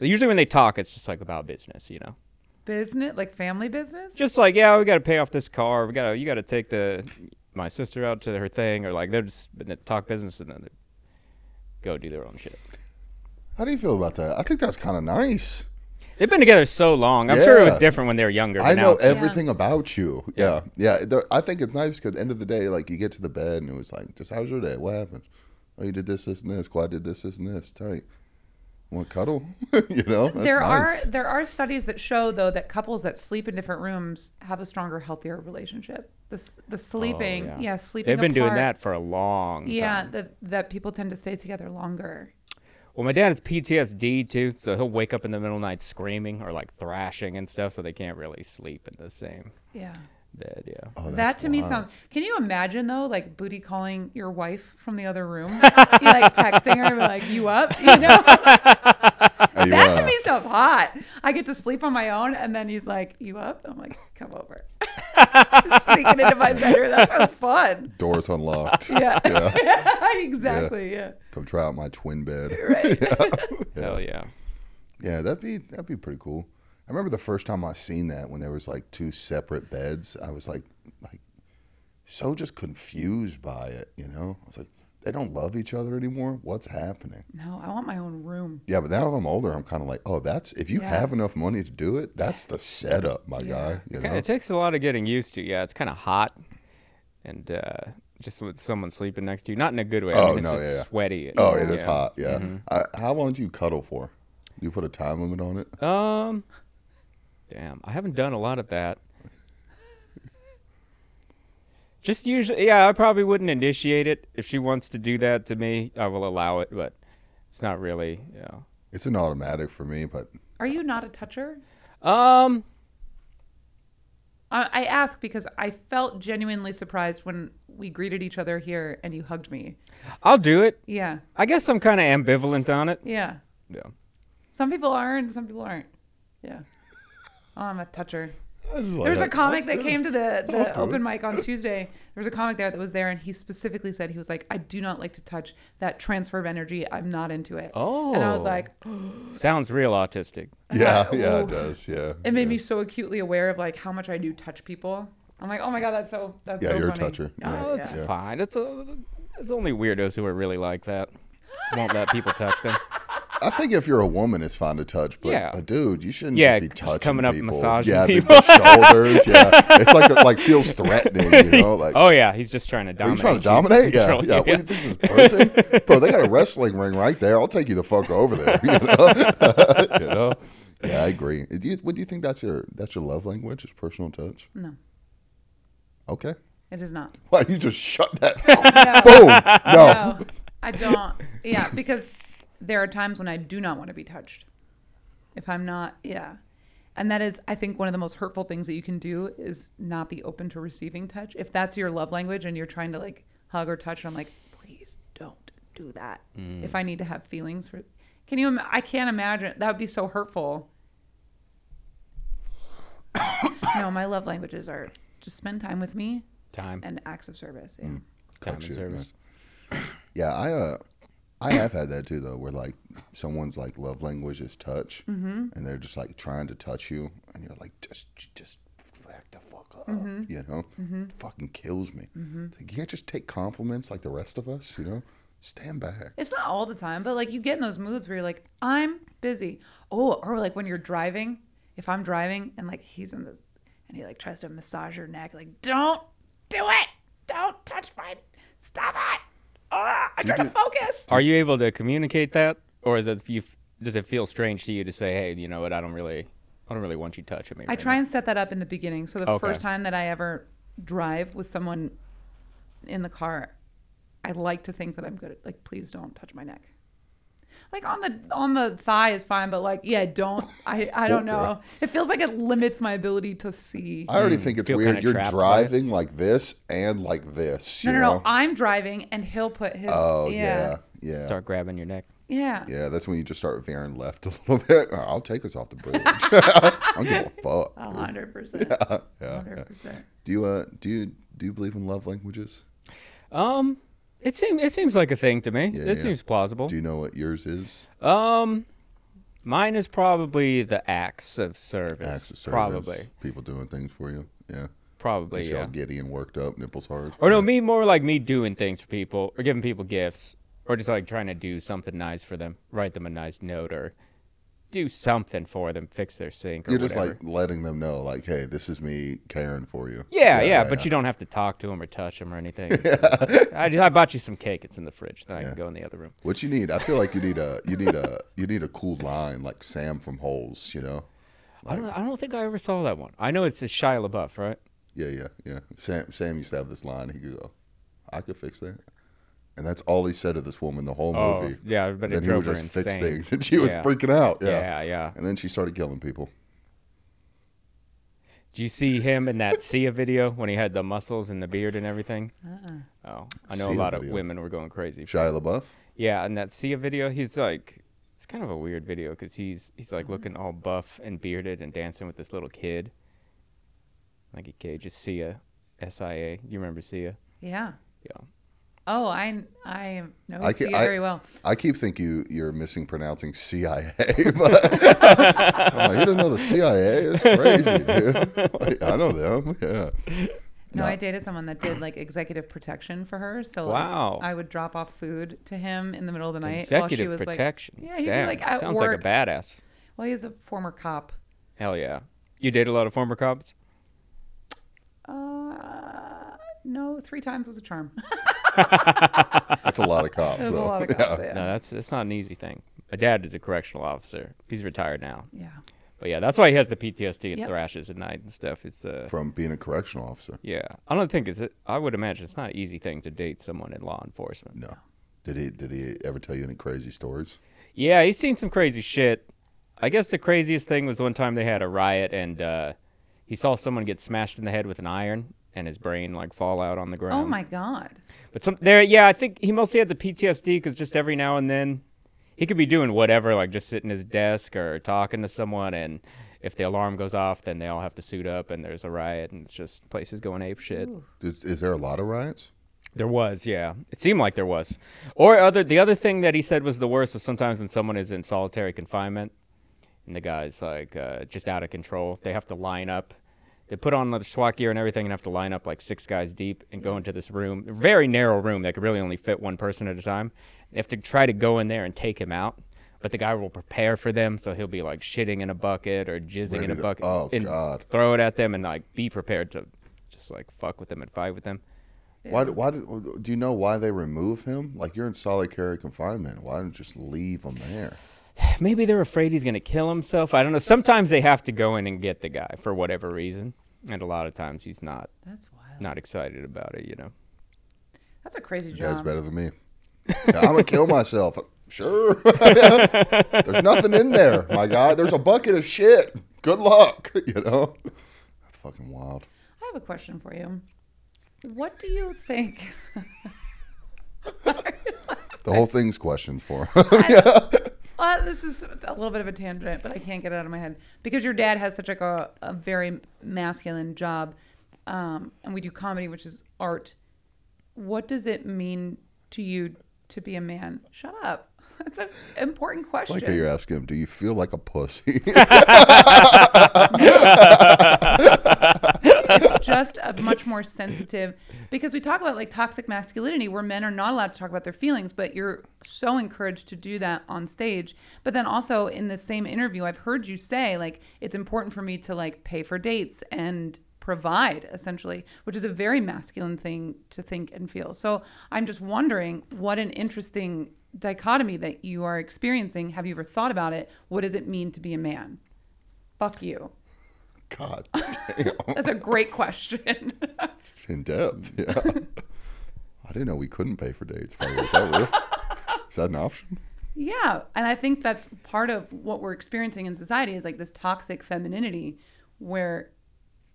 Speaker 1: Usually when they talk, it's just like about business, you know?
Speaker 5: Business, like family business.
Speaker 1: just like yeah we gotta pay off this car we gotta you gotta take the my sister out to her thing or like they're just gonna talk business and then they go do their own shit
Speaker 2: How do you feel about that? I think that's kind of nice.
Speaker 1: they've been together so long i'm sure it was
Speaker 2: Yeah.
Speaker 1: different when they were younger but
Speaker 2: I
Speaker 1: now
Speaker 2: know
Speaker 1: it's-
Speaker 2: everything about you. Yeah, yeah. the- I think it's nice because at the end of the day, like you get to the bed and it was like, just how's your day? What happened? Oh, you did this, this, and this. Well, I did this, this, and this. Tight. Want to cuddle? you know, that's
Speaker 5: there
Speaker 2: nice.
Speaker 5: are there are studies that show though that couples that sleep in different rooms have a stronger, healther relationship. The s- the sleeping, yeah. sleeping.
Speaker 1: Oh, they've been doing
Speaker 5: apart,
Speaker 1: that for a long
Speaker 5: Yeah,
Speaker 1: time
Speaker 5: that that people tend to stay together longer.
Speaker 1: well my dad has ptsd too so he'll wake up in the middle of the night screaming or like thrashing and stuff so they can't really sleep in the same
Speaker 5: Yeah.
Speaker 1: bed yeah
Speaker 2: Oh,
Speaker 5: that to me sounds. Can you imagine though, like booty calling your wife from the other room, you like texting her, and be like you up, you know?
Speaker 2: Hey, you
Speaker 5: That to
Speaker 2: wanna-
Speaker 5: me sounds hot. I get to sleep on my own, and then he's like, "You up?" I'm like, "Come over." Sneaking into my bedroom. That sounds fun.
Speaker 2: Doors unlocked.
Speaker 5: Yeah. exactly. Yeah.
Speaker 2: Come try out my twin bed.
Speaker 1: hell yeah
Speaker 2: Yeah, that'd be that'd be pretty cool. I remember the first time I seen that when there was like two separate beds. I was like, like so just confused by it. You know, I was like, they don't love each other anymore. What's happening?
Speaker 5: No, I want my own room.
Speaker 2: Yeah, but now that I'm older, I'm kind of like, oh, that's if you have enough money to do it, that's the setup, my guy. You
Speaker 1: Kinda-
Speaker 2: know,
Speaker 1: It takes a lot of getting used to. Yeah, it's kind of hot, and uh, just with someone sleeping next to you, not in a good way. I
Speaker 2: Oh,
Speaker 1: mean, it's
Speaker 2: no,
Speaker 1: just
Speaker 2: yeah, yeah.
Speaker 1: sweaty.
Speaker 2: oh, it is
Speaker 1: Yeah.
Speaker 2: hot. Yeah. I, how long do you cuddle for? Do you put a time limit on it?
Speaker 1: Um, damn, I haven't done a lot of that. Just usually, yeah, I probably wouldn't initiate it. If she wants to do that to me, I will allow it, but it's not really, you know.
Speaker 2: It's an automatic for me, but
Speaker 5: Are you not a toucher?
Speaker 1: Um,
Speaker 5: I, I ask because I felt genuinely surprised when we greeted each other here and you hugged me.
Speaker 1: I'll do it.
Speaker 5: Yeah.
Speaker 1: I guess I'm kind of ambivalent on it.
Speaker 5: Yeah.
Speaker 1: Yeah.
Speaker 5: Some people are and some people aren't. Yeah. Oh, I'm a toucher.
Speaker 2: I just like
Speaker 5: There was a
Speaker 2: that.
Speaker 5: comic that came to the, the
Speaker 2: do
Speaker 5: open mic on Tuesday. There was a comic there that was there, and he specifically said he was like, "I do not like to touch that transfer of energy. I'm not into it." and I was
Speaker 1: Oh.
Speaker 5: like,
Speaker 1: Sounds real autistic.
Speaker 2: Yeah, yeah,
Speaker 5: Ooh.
Speaker 2: it does. Yeah,
Speaker 5: it made me so acutely aware of like how much I do touch people. I'm like, oh my god, that's so that's
Speaker 2: Yeah,
Speaker 5: so
Speaker 2: you're a
Speaker 5: funny.
Speaker 2: toucher.
Speaker 5: Oh,
Speaker 2: Yeah.
Speaker 1: Oh, that's
Speaker 5: yeah.
Speaker 1: fine. It's a, it's only weirdos who are really like that. Won't let people touch them.
Speaker 2: I think if you're a woman, it's fine to touch, but
Speaker 1: Yeah.
Speaker 2: a dude, you shouldn't
Speaker 1: Yeah,
Speaker 2: just be
Speaker 1: just
Speaker 2: touching
Speaker 1: coming up
Speaker 2: people.
Speaker 1: massaging
Speaker 2: yeah, the-
Speaker 1: people.
Speaker 2: The, shoulders. Yeah, it's like like feels threatening. You know, like
Speaker 1: Oh yeah, he's just trying to
Speaker 2: are you
Speaker 1: dominate.
Speaker 2: trying to dominate? Yeah,
Speaker 1: Control
Speaker 2: yeah. What do
Speaker 1: you.
Speaker 2: you think this person? Bro, they got a wrestling ring right there. I'll take you the fuck over there. You know? You know? Yeah, I agree. Do you, what do you think that's your that's your love language? Is personal touch?
Speaker 5: No.
Speaker 2: Okay.
Speaker 5: It is not.
Speaker 2: Why you just shut that?
Speaker 5: No,
Speaker 2: Boom.
Speaker 5: no,
Speaker 2: No.
Speaker 5: I don't. Yeah, because there are times when I do not want to be touched. If I'm not, yeah. And that is, I think, one of the most hurtful things that you can do is not be open to receiving touch. If that's your love language and you're trying to like hug or touch, and I'm like, please don't do that. If I need to have feelings for, can you? Im- I can't imagine that would be so hurtful. no, my love languages are just spend time with me
Speaker 1: Time.
Speaker 5: and acts of service. Yeah.
Speaker 1: Time and
Speaker 2: you,
Speaker 1: service.
Speaker 2: Yeah, I uh, I have had that too though, where like someone's like love language is touch,
Speaker 1: Mm-hmm.
Speaker 2: and they're just like trying to touch you, and you're like just just back the fuck up,
Speaker 1: Mm-hmm.
Speaker 2: you know? Fucking kills me. It's Like, you can't just take compliments like the rest of us, you know? Stand back.
Speaker 5: It's not all the time, but like you get in those moods where you're like, I'm busy. Oh, or like when you're driving, if I'm driving and like he's in this and he like tries to massage your neck, like, don't do it. Don't touch my stop it. ah, I tried to focus.
Speaker 1: Are you able to communicate that, or is it you? f- Does it feel strange to you to say, "Hey, you know what? I don't really, I don't really want you touching me."
Speaker 5: I
Speaker 1: right
Speaker 5: try
Speaker 1: now."
Speaker 5: and set that up in the beginning. So the
Speaker 1: Okay.
Speaker 5: first time that I ever drive with someone in the car, I like to think that I'm good at like, please don't touch my neck. Like on the on the thigh is fine, but like yeah, don't I I don't know. It feels like it limits my ability to see.
Speaker 2: I already think
Speaker 1: Mm,
Speaker 2: it's
Speaker 1: feel
Speaker 2: weird.
Speaker 1: kinda
Speaker 2: You're
Speaker 1: trapped by it.
Speaker 2: driving like this and like this.
Speaker 5: No,
Speaker 2: you
Speaker 5: no, no.
Speaker 2: know?
Speaker 5: I'm driving, and he'll put his.
Speaker 2: oh yeah, yeah, yeah,
Speaker 1: start grabbing your neck.
Speaker 2: That's when you just start veering left a little bit. Oh, I'll take us off the bridge. I don't give a fuck.
Speaker 1: Oh,
Speaker 5: A hundred percent. Hundred percent.
Speaker 2: Do you uh do you do you believe in love languages?
Speaker 1: Um, it seems it seems like a thing to me. it
Speaker 2: yeah.
Speaker 1: seems plausible.
Speaker 2: Do you know what yours is?
Speaker 1: Um, mine is probably the acts of service.
Speaker 2: Acts of service,
Speaker 1: Probably,
Speaker 2: people doing things for you. Yeah,
Speaker 1: probably,
Speaker 2: It's
Speaker 1: yeah.
Speaker 2: all giddy and worked up, nipples hard.
Speaker 1: Or no, me more like me doing things for people or giving people gifts or just like trying to do something nice for them, write them a nice note or do something for them, fix their sink or
Speaker 2: You're just
Speaker 1: whatever.
Speaker 2: like letting them know, like, hey, this is me caring for you.
Speaker 1: yeah, yeah, but you don't have to talk to them or touch them or anything. It's- it's- I, I bought you some cake. It's in the fridge. Then I can go in the other room.
Speaker 2: What you need? I feel like you need a you need a you need a cool line like Sam from Holes. You know?
Speaker 1: I don't, I don't think I ever saw that one. I know it's the Shia LaBeouf, right?
Speaker 2: Yeah, yeah, yeah. Sam Sam used to have this line. He could go, I could fix that. And that's all he said to this woman the whole
Speaker 1: Oh,
Speaker 2: movie.
Speaker 1: yeah, but it
Speaker 2: then he
Speaker 1: drove
Speaker 2: would
Speaker 1: her
Speaker 2: just fix
Speaker 1: insane.
Speaker 2: things, and she was
Speaker 1: Yeah.
Speaker 2: freaking out. Yeah.
Speaker 1: Yeah, yeah.
Speaker 2: And then she started killing people.
Speaker 1: Do you see him in that Sia video when he had the muscles and the beard and everything? Oh, I know a
Speaker 2: Sia
Speaker 1: lot of
Speaker 2: video.
Speaker 1: women were going crazy.
Speaker 2: Shia LaBeouf.
Speaker 1: Yeah, and that Sia video, he's like, it's kind of a weird video because he's he's
Speaker 5: Mm-hmm.
Speaker 1: like looking all buff and bearded and dancing with this little kid. Like he cages Sia, S I A. You remember Sia?
Speaker 5: Yeah.
Speaker 1: Yeah.
Speaker 5: Oh, I I know
Speaker 2: I
Speaker 5: Sia
Speaker 2: ca- I-
Speaker 5: very well.
Speaker 2: I keep think you you're mispronouncing CIA, but I'm like, you don't know the CIA? It's crazy, dude. Like, I know them. Yeah.
Speaker 5: No, I dated someone that did like executive protection for her. So like,
Speaker 1: Wow.
Speaker 5: I would drop off food to him in the middle of the night
Speaker 1: Executive
Speaker 5: while she was
Speaker 1: protection.
Speaker 5: like, yeah, he'd
Speaker 1: Damn,
Speaker 5: be like at
Speaker 1: sounds
Speaker 5: work.
Speaker 1: like a badass.
Speaker 5: well, he's a former cop.
Speaker 1: Hell yeah. You date a lot of former cops?
Speaker 5: Uh, no, three times was a charm.
Speaker 2: That's a lot of cops.
Speaker 5: There's a
Speaker 2: though.
Speaker 5: lot of cops. Yeah.
Speaker 1: No, that's that's not an easy thing. My dad is a correctional officer. He's retired now.
Speaker 5: yeah.
Speaker 1: But yeah, that's why he has the PTSD and
Speaker 5: Yep.
Speaker 1: thrashes at night and stuff. It's uh,
Speaker 2: From being a correctional officer.
Speaker 1: yeah. I don't think it's. I would imagine it's not an easy thing to date someone in law enforcement.
Speaker 2: No. Did he did he ever tell you any crazy stories?
Speaker 1: Yeah, he's seen some crazy shit. I guess the craziest thing was one time they had a riot and uh, he saw someone get smashed in the head with an iron and his brain like fall out on the ground.
Speaker 5: Oh my God.
Speaker 1: But some there, yeah, I think he mostly had the PTSD because just every now and then he could be doing whatever, like just sitting at his desk or talking to someone, and if the alarm goes off, then they all have to suit up and there's a riot and it's just places going ape shit.
Speaker 2: Is, is there a lot of riots?
Speaker 1: There was, yeah. It seemed like there was. Or other the other thing that he said was the worst was sometimes when someone is in solitary confinement and the guy's like uh, just out of control. They have to line up. They put on the SWAT gear and everything and have to line up like six guys deep and go into this room, very narrow room that could really only fit one person at a time. They have to try to go in there and take him out. But the guy will prepare for them, so he'll be like shitting in a bucket or jizzing in
Speaker 2: Ready
Speaker 1: a
Speaker 2: to-
Speaker 1: bucket.
Speaker 2: oh,
Speaker 1: and
Speaker 2: God.
Speaker 1: Throw it at them and like be prepared to just like fuck with them and fight with them.
Speaker 2: Why Why? Why? Did, do you know why they remove him? Like you're in solitary confinement. Why don't you just leave him there?
Speaker 1: maybe they're afraid he's going to kill himself. I don't know. Sometimes they have to go in and get the guy for whatever reason, and a lot of times he's not
Speaker 5: That's wild.
Speaker 1: not excited about it. You know.
Speaker 5: That's a crazy
Speaker 2: Your dad's
Speaker 5: job.
Speaker 2: better than me. Now, I'm gonna kill myself. Sure. There's nothing in there, my guy. There's a bucket of shit. Good luck. You know. That's fucking wild.
Speaker 5: I have a question for you. What do you think?
Speaker 2: The whole thing's questions for
Speaker 5: Well, Uh, this is a little bit of a tangent, but I can't get it out of my head because your dad has such like a, a very masculine job, um, and we do comedy, which is art. What does it mean to you to be a man? Shut up. That's an important question.
Speaker 2: like how you're asking him. Do you feel like a pussy?
Speaker 5: it's just a much more sensitive because we talk about like toxic masculinity where men are not allowed to talk about their feelings but you're so encouraged to do that on stage but then also in the same interview i've heard you say like it's important for me to like pay for dates and provide essentially, which is a very masculine thing to think and feel. So I'm just wondering what an interesting dichotomy that you are experiencing. Have you ever thought about it? What does it mean to be a man? Fuck you.
Speaker 2: God damn.
Speaker 5: That's a great question.
Speaker 2: It's in depth. Yeah. I didn't know we couldn't pay for dates. By the way. Is that real? Is that an option?
Speaker 5: Yeah, and I think that's part of what we're experiencing in society is like this toxic femininity where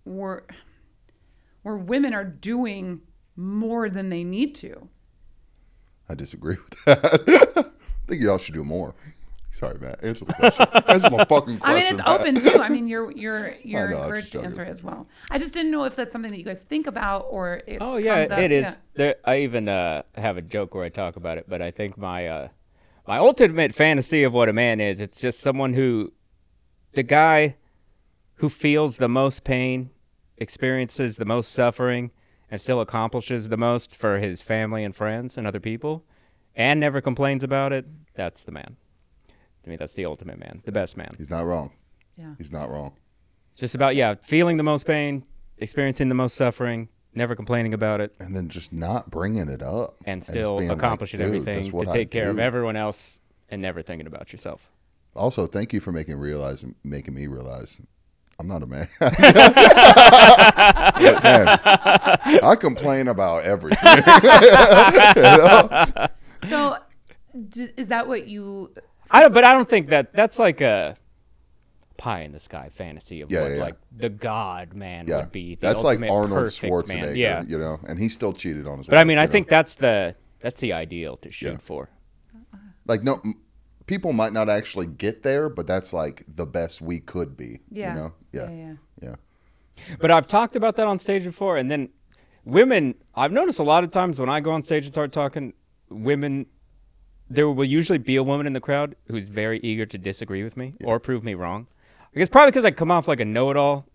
Speaker 5: we're where women are doing more than they need to.
Speaker 2: I disagree with that. I think y'all should do more. Sorry, Matt. Answer the question. Answer my fucking question.
Speaker 5: I mean, it's
Speaker 2: Matt.
Speaker 5: open too. I mean, you're you're you're
Speaker 2: know, I'm
Speaker 5: encouraged
Speaker 2: just
Speaker 5: to
Speaker 2: joking.
Speaker 5: answer it as well. I just didn't know if that's something that you guys think about or it
Speaker 1: Oh
Speaker 5: comes
Speaker 1: yeah,
Speaker 5: up.
Speaker 1: it is. There, I even uh, have a joke where I talk about it, but I think my uh, my ultimate fantasy of what a man is, it's just someone who, the guy, who feels the most pain, experiences the most suffering, and still accomplishes the most for his family and friends and other people, and never complains about it. That's the man. To me, that's the ultimate man, the best man.
Speaker 2: He's not wrong.
Speaker 5: Yeah.
Speaker 2: He's not wrong.
Speaker 1: It's just about yeah, feeling the most pain, experiencing the most suffering, never complaining about it.
Speaker 2: And then just not bringing it up
Speaker 1: and
Speaker 2: just
Speaker 1: still
Speaker 2: being like,
Speaker 1: accomplishing
Speaker 2: "Dude, that's
Speaker 1: everything
Speaker 2: what
Speaker 1: to
Speaker 2: I
Speaker 1: take care of
Speaker 2: do."
Speaker 1: everyone else and never thinking about yourself.
Speaker 2: Also, thank you for making realize making me realize I'm not a man. But, man, I complain about everything.
Speaker 5: So, d- is that what you?
Speaker 1: I don't, but I don't think that that's like a pie in the sky fantasy of
Speaker 2: Yeah,
Speaker 1: what
Speaker 2: yeah, yeah.
Speaker 1: like the god man
Speaker 2: Yeah,
Speaker 1: would be. The
Speaker 2: that's like
Speaker 1: ultimate
Speaker 2: Arnold
Speaker 1: perfect
Speaker 2: Schwarzenegger.
Speaker 1: man. Yeah,
Speaker 2: you know, and he still cheated on his.
Speaker 1: but I
Speaker 2: wife,
Speaker 1: mean, I
Speaker 2: you know?
Speaker 1: think that's the that's the ideal to shoot
Speaker 2: Yeah.
Speaker 1: for.
Speaker 2: like no, m- people might not actually get there, but that's like the best we could be.
Speaker 5: Yeah.
Speaker 2: you know, yeah,
Speaker 5: Yeah, yeah.
Speaker 2: yeah.
Speaker 1: But I've talked about that on stage before, and then women. I've noticed a lot of times when I go on stage and start talking, women. There will usually be a woman in the crowd who's very eager to disagree with me or prove me wrong. I guess probably because I come off like a know-it-all,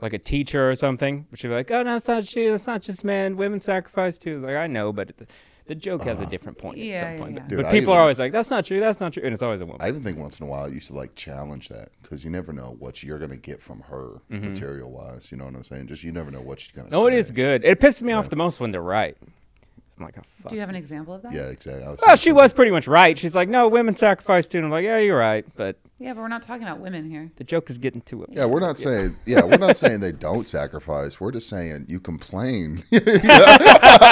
Speaker 1: like a teacher or something. But she'll be like, "Oh no, it's not she. That's not just men. Women sacrifice too." It's like I know, but the, the joke has a different point
Speaker 5: yeah,
Speaker 1: at
Speaker 5: yeah,
Speaker 1: some point.
Speaker 5: yeah.
Speaker 1: But,
Speaker 2: Uh-huh. Dude,
Speaker 1: but
Speaker 2: I
Speaker 1: people are
Speaker 2: even-
Speaker 1: always like, "That's not true. That's not true," and it's always a woman.
Speaker 2: I even think once in a while I used to like challenge that because you never know what you're gonna get from her material wise. You know what I'm saying? Just you never know what she's gonna.
Speaker 1: Mm-hmm. no, it
Speaker 2: say.
Speaker 1: is good. It pisses me off the most when they're right. I'm like, "Oh fuck."
Speaker 5: Do you have an example of that?
Speaker 2: Yeah, exactly. I was
Speaker 1: Well,
Speaker 2: thinking-
Speaker 1: Ah, Oh, she was pretty much right. She's like, no, women sacrifice too. And I'm like, yeah, you're right. But
Speaker 5: Yeah, but we're not talking about women here.
Speaker 1: the joke is getting to it.
Speaker 2: Yeah, we're not saying. Yeah, we're not saying they don't sacrifice. We're just saying you complain. you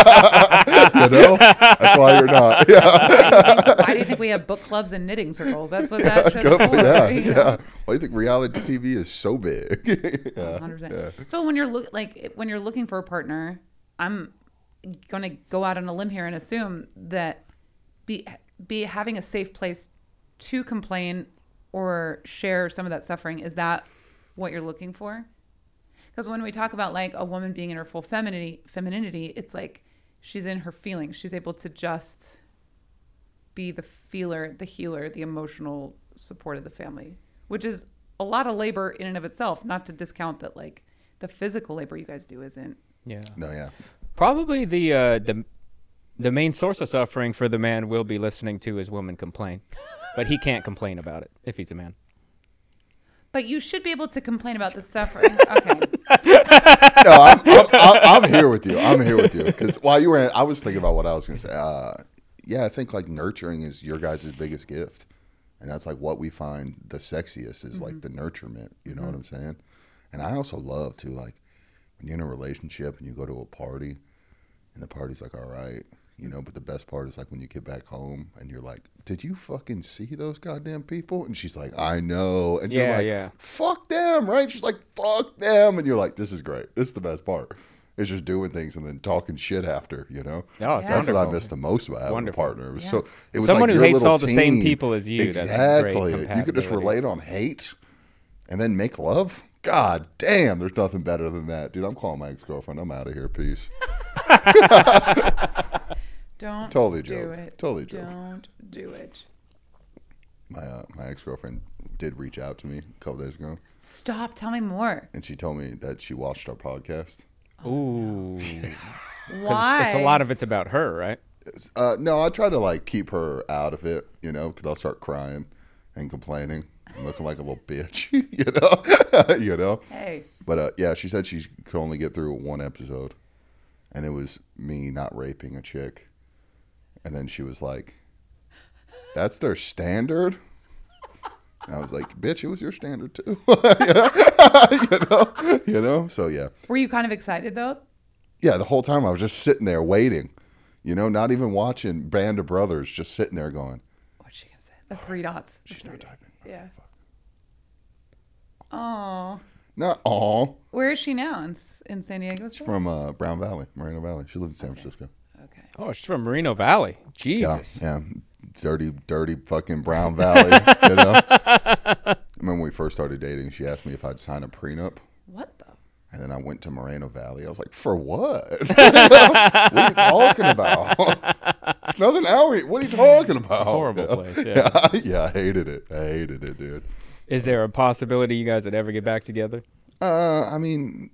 Speaker 2: know, that's why you're not. Yeah,
Speaker 5: Why do you think we have book clubs and knitting circles? That's what that shit's
Speaker 2: go-
Speaker 5: for.
Speaker 2: yeah,
Speaker 5: you know?
Speaker 2: yeah. Why do you think reality TV is so big? yeah.
Speaker 5: 100%. So when you're look like when you're looking for a partner, I'm going to go out on a limb here and assume that be be having a safe place to complain or share some of that suffering is that what you're looking for? Because when we talk about like a woman being in her full femininity, femininity, it's like she's in her feelings. She's able to just be the feeler, the healer, the emotional support of the family, which is a lot of labor in and of itself. Not to discount that, like the physical labor you guys do isn't.
Speaker 1: Yeah.
Speaker 2: No, yeah.
Speaker 1: Probably the, uh, the, the main source of suffering for the man will be listening to his woman complain. but he can't complain about it if he's a man.
Speaker 5: But you should be able to complain about the suffering. Okay,
Speaker 2: No, I'm, I'm, I'm, I'm here with you. I'm here with you because while you were, I was thinking about what I was going to say. Uh, yeah, I think like nurturing is your guys' biggest gift, and that's like what we find the sexiest is like the nurturement. You know what I'm saying? And I also love to like when you're in a relationship and you go to a party, and the party's like all right, you know. But the best part is like when you get back home and you're like, "Did you fucking see those goddamn people?" And she's like, "I know." And you're
Speaker 1: Yeah,
Speaker 2: like,
Speaker 1: yeah.
Speaker 2: fuck them, right? She's like, fuck them. And you're like, this is great. This is the best part. It's just doing things and then talking shit after, you know?
Speaker 1: No, it's
Speaker 2: That's what I
Speaker 1: wonderful.
Speaker 2: miss the most about having
Speaker 1: Wonderful.
Speaker 2: a partner. It was so it was
Speaker 1: Someone
Speaker 2: like
Speaker 1: who
Speaker 2: your
Speaker 1: hates
Speaker 2: little
Speaker 1: all the same
Speaker 2: team.
Speaker 1: people as you, that's great
Speaker 2: Exactly. you could just
Speaker 1: compatibility.
Speaker 2: relate on hate and then make love. God damn, there's nothing better than that. Dude, I'm calling my ex girlfriend. I'm out of here. Peace.
Speaker 5: don't
Speaker 2: Totally
Speaker 5: do
Speaker 2: joke.
Speaker 5: it.
Speaker 2: Totally joke.
Speaker 5: Don't do it.
Speaker 2: My uh, my ex girlfriend did reach out to me a couple days ago
Speaker 5: Stop. Tell me more.
Speaker 2: and she told me that she watched our podcast.
Speaker 1: Oh, Ooh. 'Cause
Speaker 5: Why?
Speaker 1: It's a lot of it's about her, right?
Speaker 2: Uh, no, I try to like keep her out of it, you know, because I'll start crying and complaining. looking like a little bitch, you know, you know.
Speaker 5: Hey,
Speaker 2: But uh, yeah, she said she could only get through one episode, and it was me not raping a chick. And then she was like, "That's their standard." And I was like, "Bitch, it was your standard too." you know, you know. So yeah,
Speaker 5: were you kind of excited though?
Speaker 2: yeah. The whole time I was just sitting there waiting, you know, not even watching Band of Brothers, just sitting there going,
Speaker 5: What's she gonna say? The three dots. The
Speaker 2: "She's
Speaker 5: three
Speaker 2: not typing."
Speaker 5: Yeah. Oh,
Speaker 2: Not all
Speaker 5: where is she now? In, S- in San Diego? still?
Speaker 2: from uh, Brown Valley, Moreno Valley. She lived in San Francisco.
Speaker 5: okay.
Speaker 1: Oh, she's from Moreno Valley.
Speaker 2: Yeah,
Speaker 1: Jesus.
Speaker 2: yeah. Dirty, dirty fucking Brown Valley. you know? I remember when we first started dating, she asked me if I'd sign a prenup.
Speaker 5: What the?
Speaker 2: And then I went to Moreno Valley. I was like, for what? what are you talking about? It's Nothing out here. What are you talking about?
Speaker 1: Horrible
Speaker 2: You know?
Speaker 1: place, yeah.
Speaker 2: Yeah. yeah, I hated it. I hated it, dude.
Speaker 1: Is there a possibility you guys would ever get back together?
Speaker 2: Uh, I mean,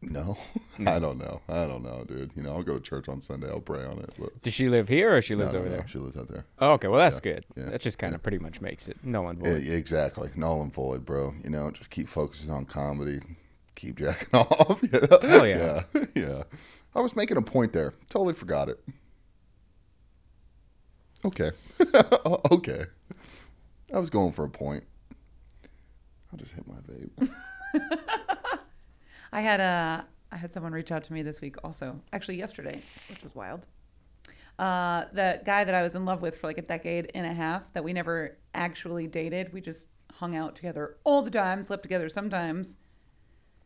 Speaker 2: no. I don't know. I don't know, dude. You know, I'll go to church on Sunday. I'll pray on it. But
Speaker 1: Does she live here or she
Speaker 2: I
Speaker 1: lives
Speaker 2: don't
Speaker 1: over
Speaker 2: know.
Speaker 1: there?
Speaker 2: She lives out there.
Speaker 1: Oh, okay, well that's good.
Speaker 2: yeah,
Speaker 1: that just kind of pretty much makes it no one.
Speaker 2: Yeah,
Speaker 1: void.
Speaker 2: exactly. Null and void, bro. You know, just keep focusing on comedy. Keep jacking off. You know?
Speaker 1: Hell yeah.
Speaker 2: yeah. Yeah. I was making a point there. Totally forgot it. Okay. okay. I was going for a point. I'll just hit my vape.
Speaker 5: I had a I had someone reach out to me this week also, actually yesterday, which was wild. Uh, the guy that I was in love with for like a decade and a half that we never actually dated, we just hung out together all the time, slept together sometimes.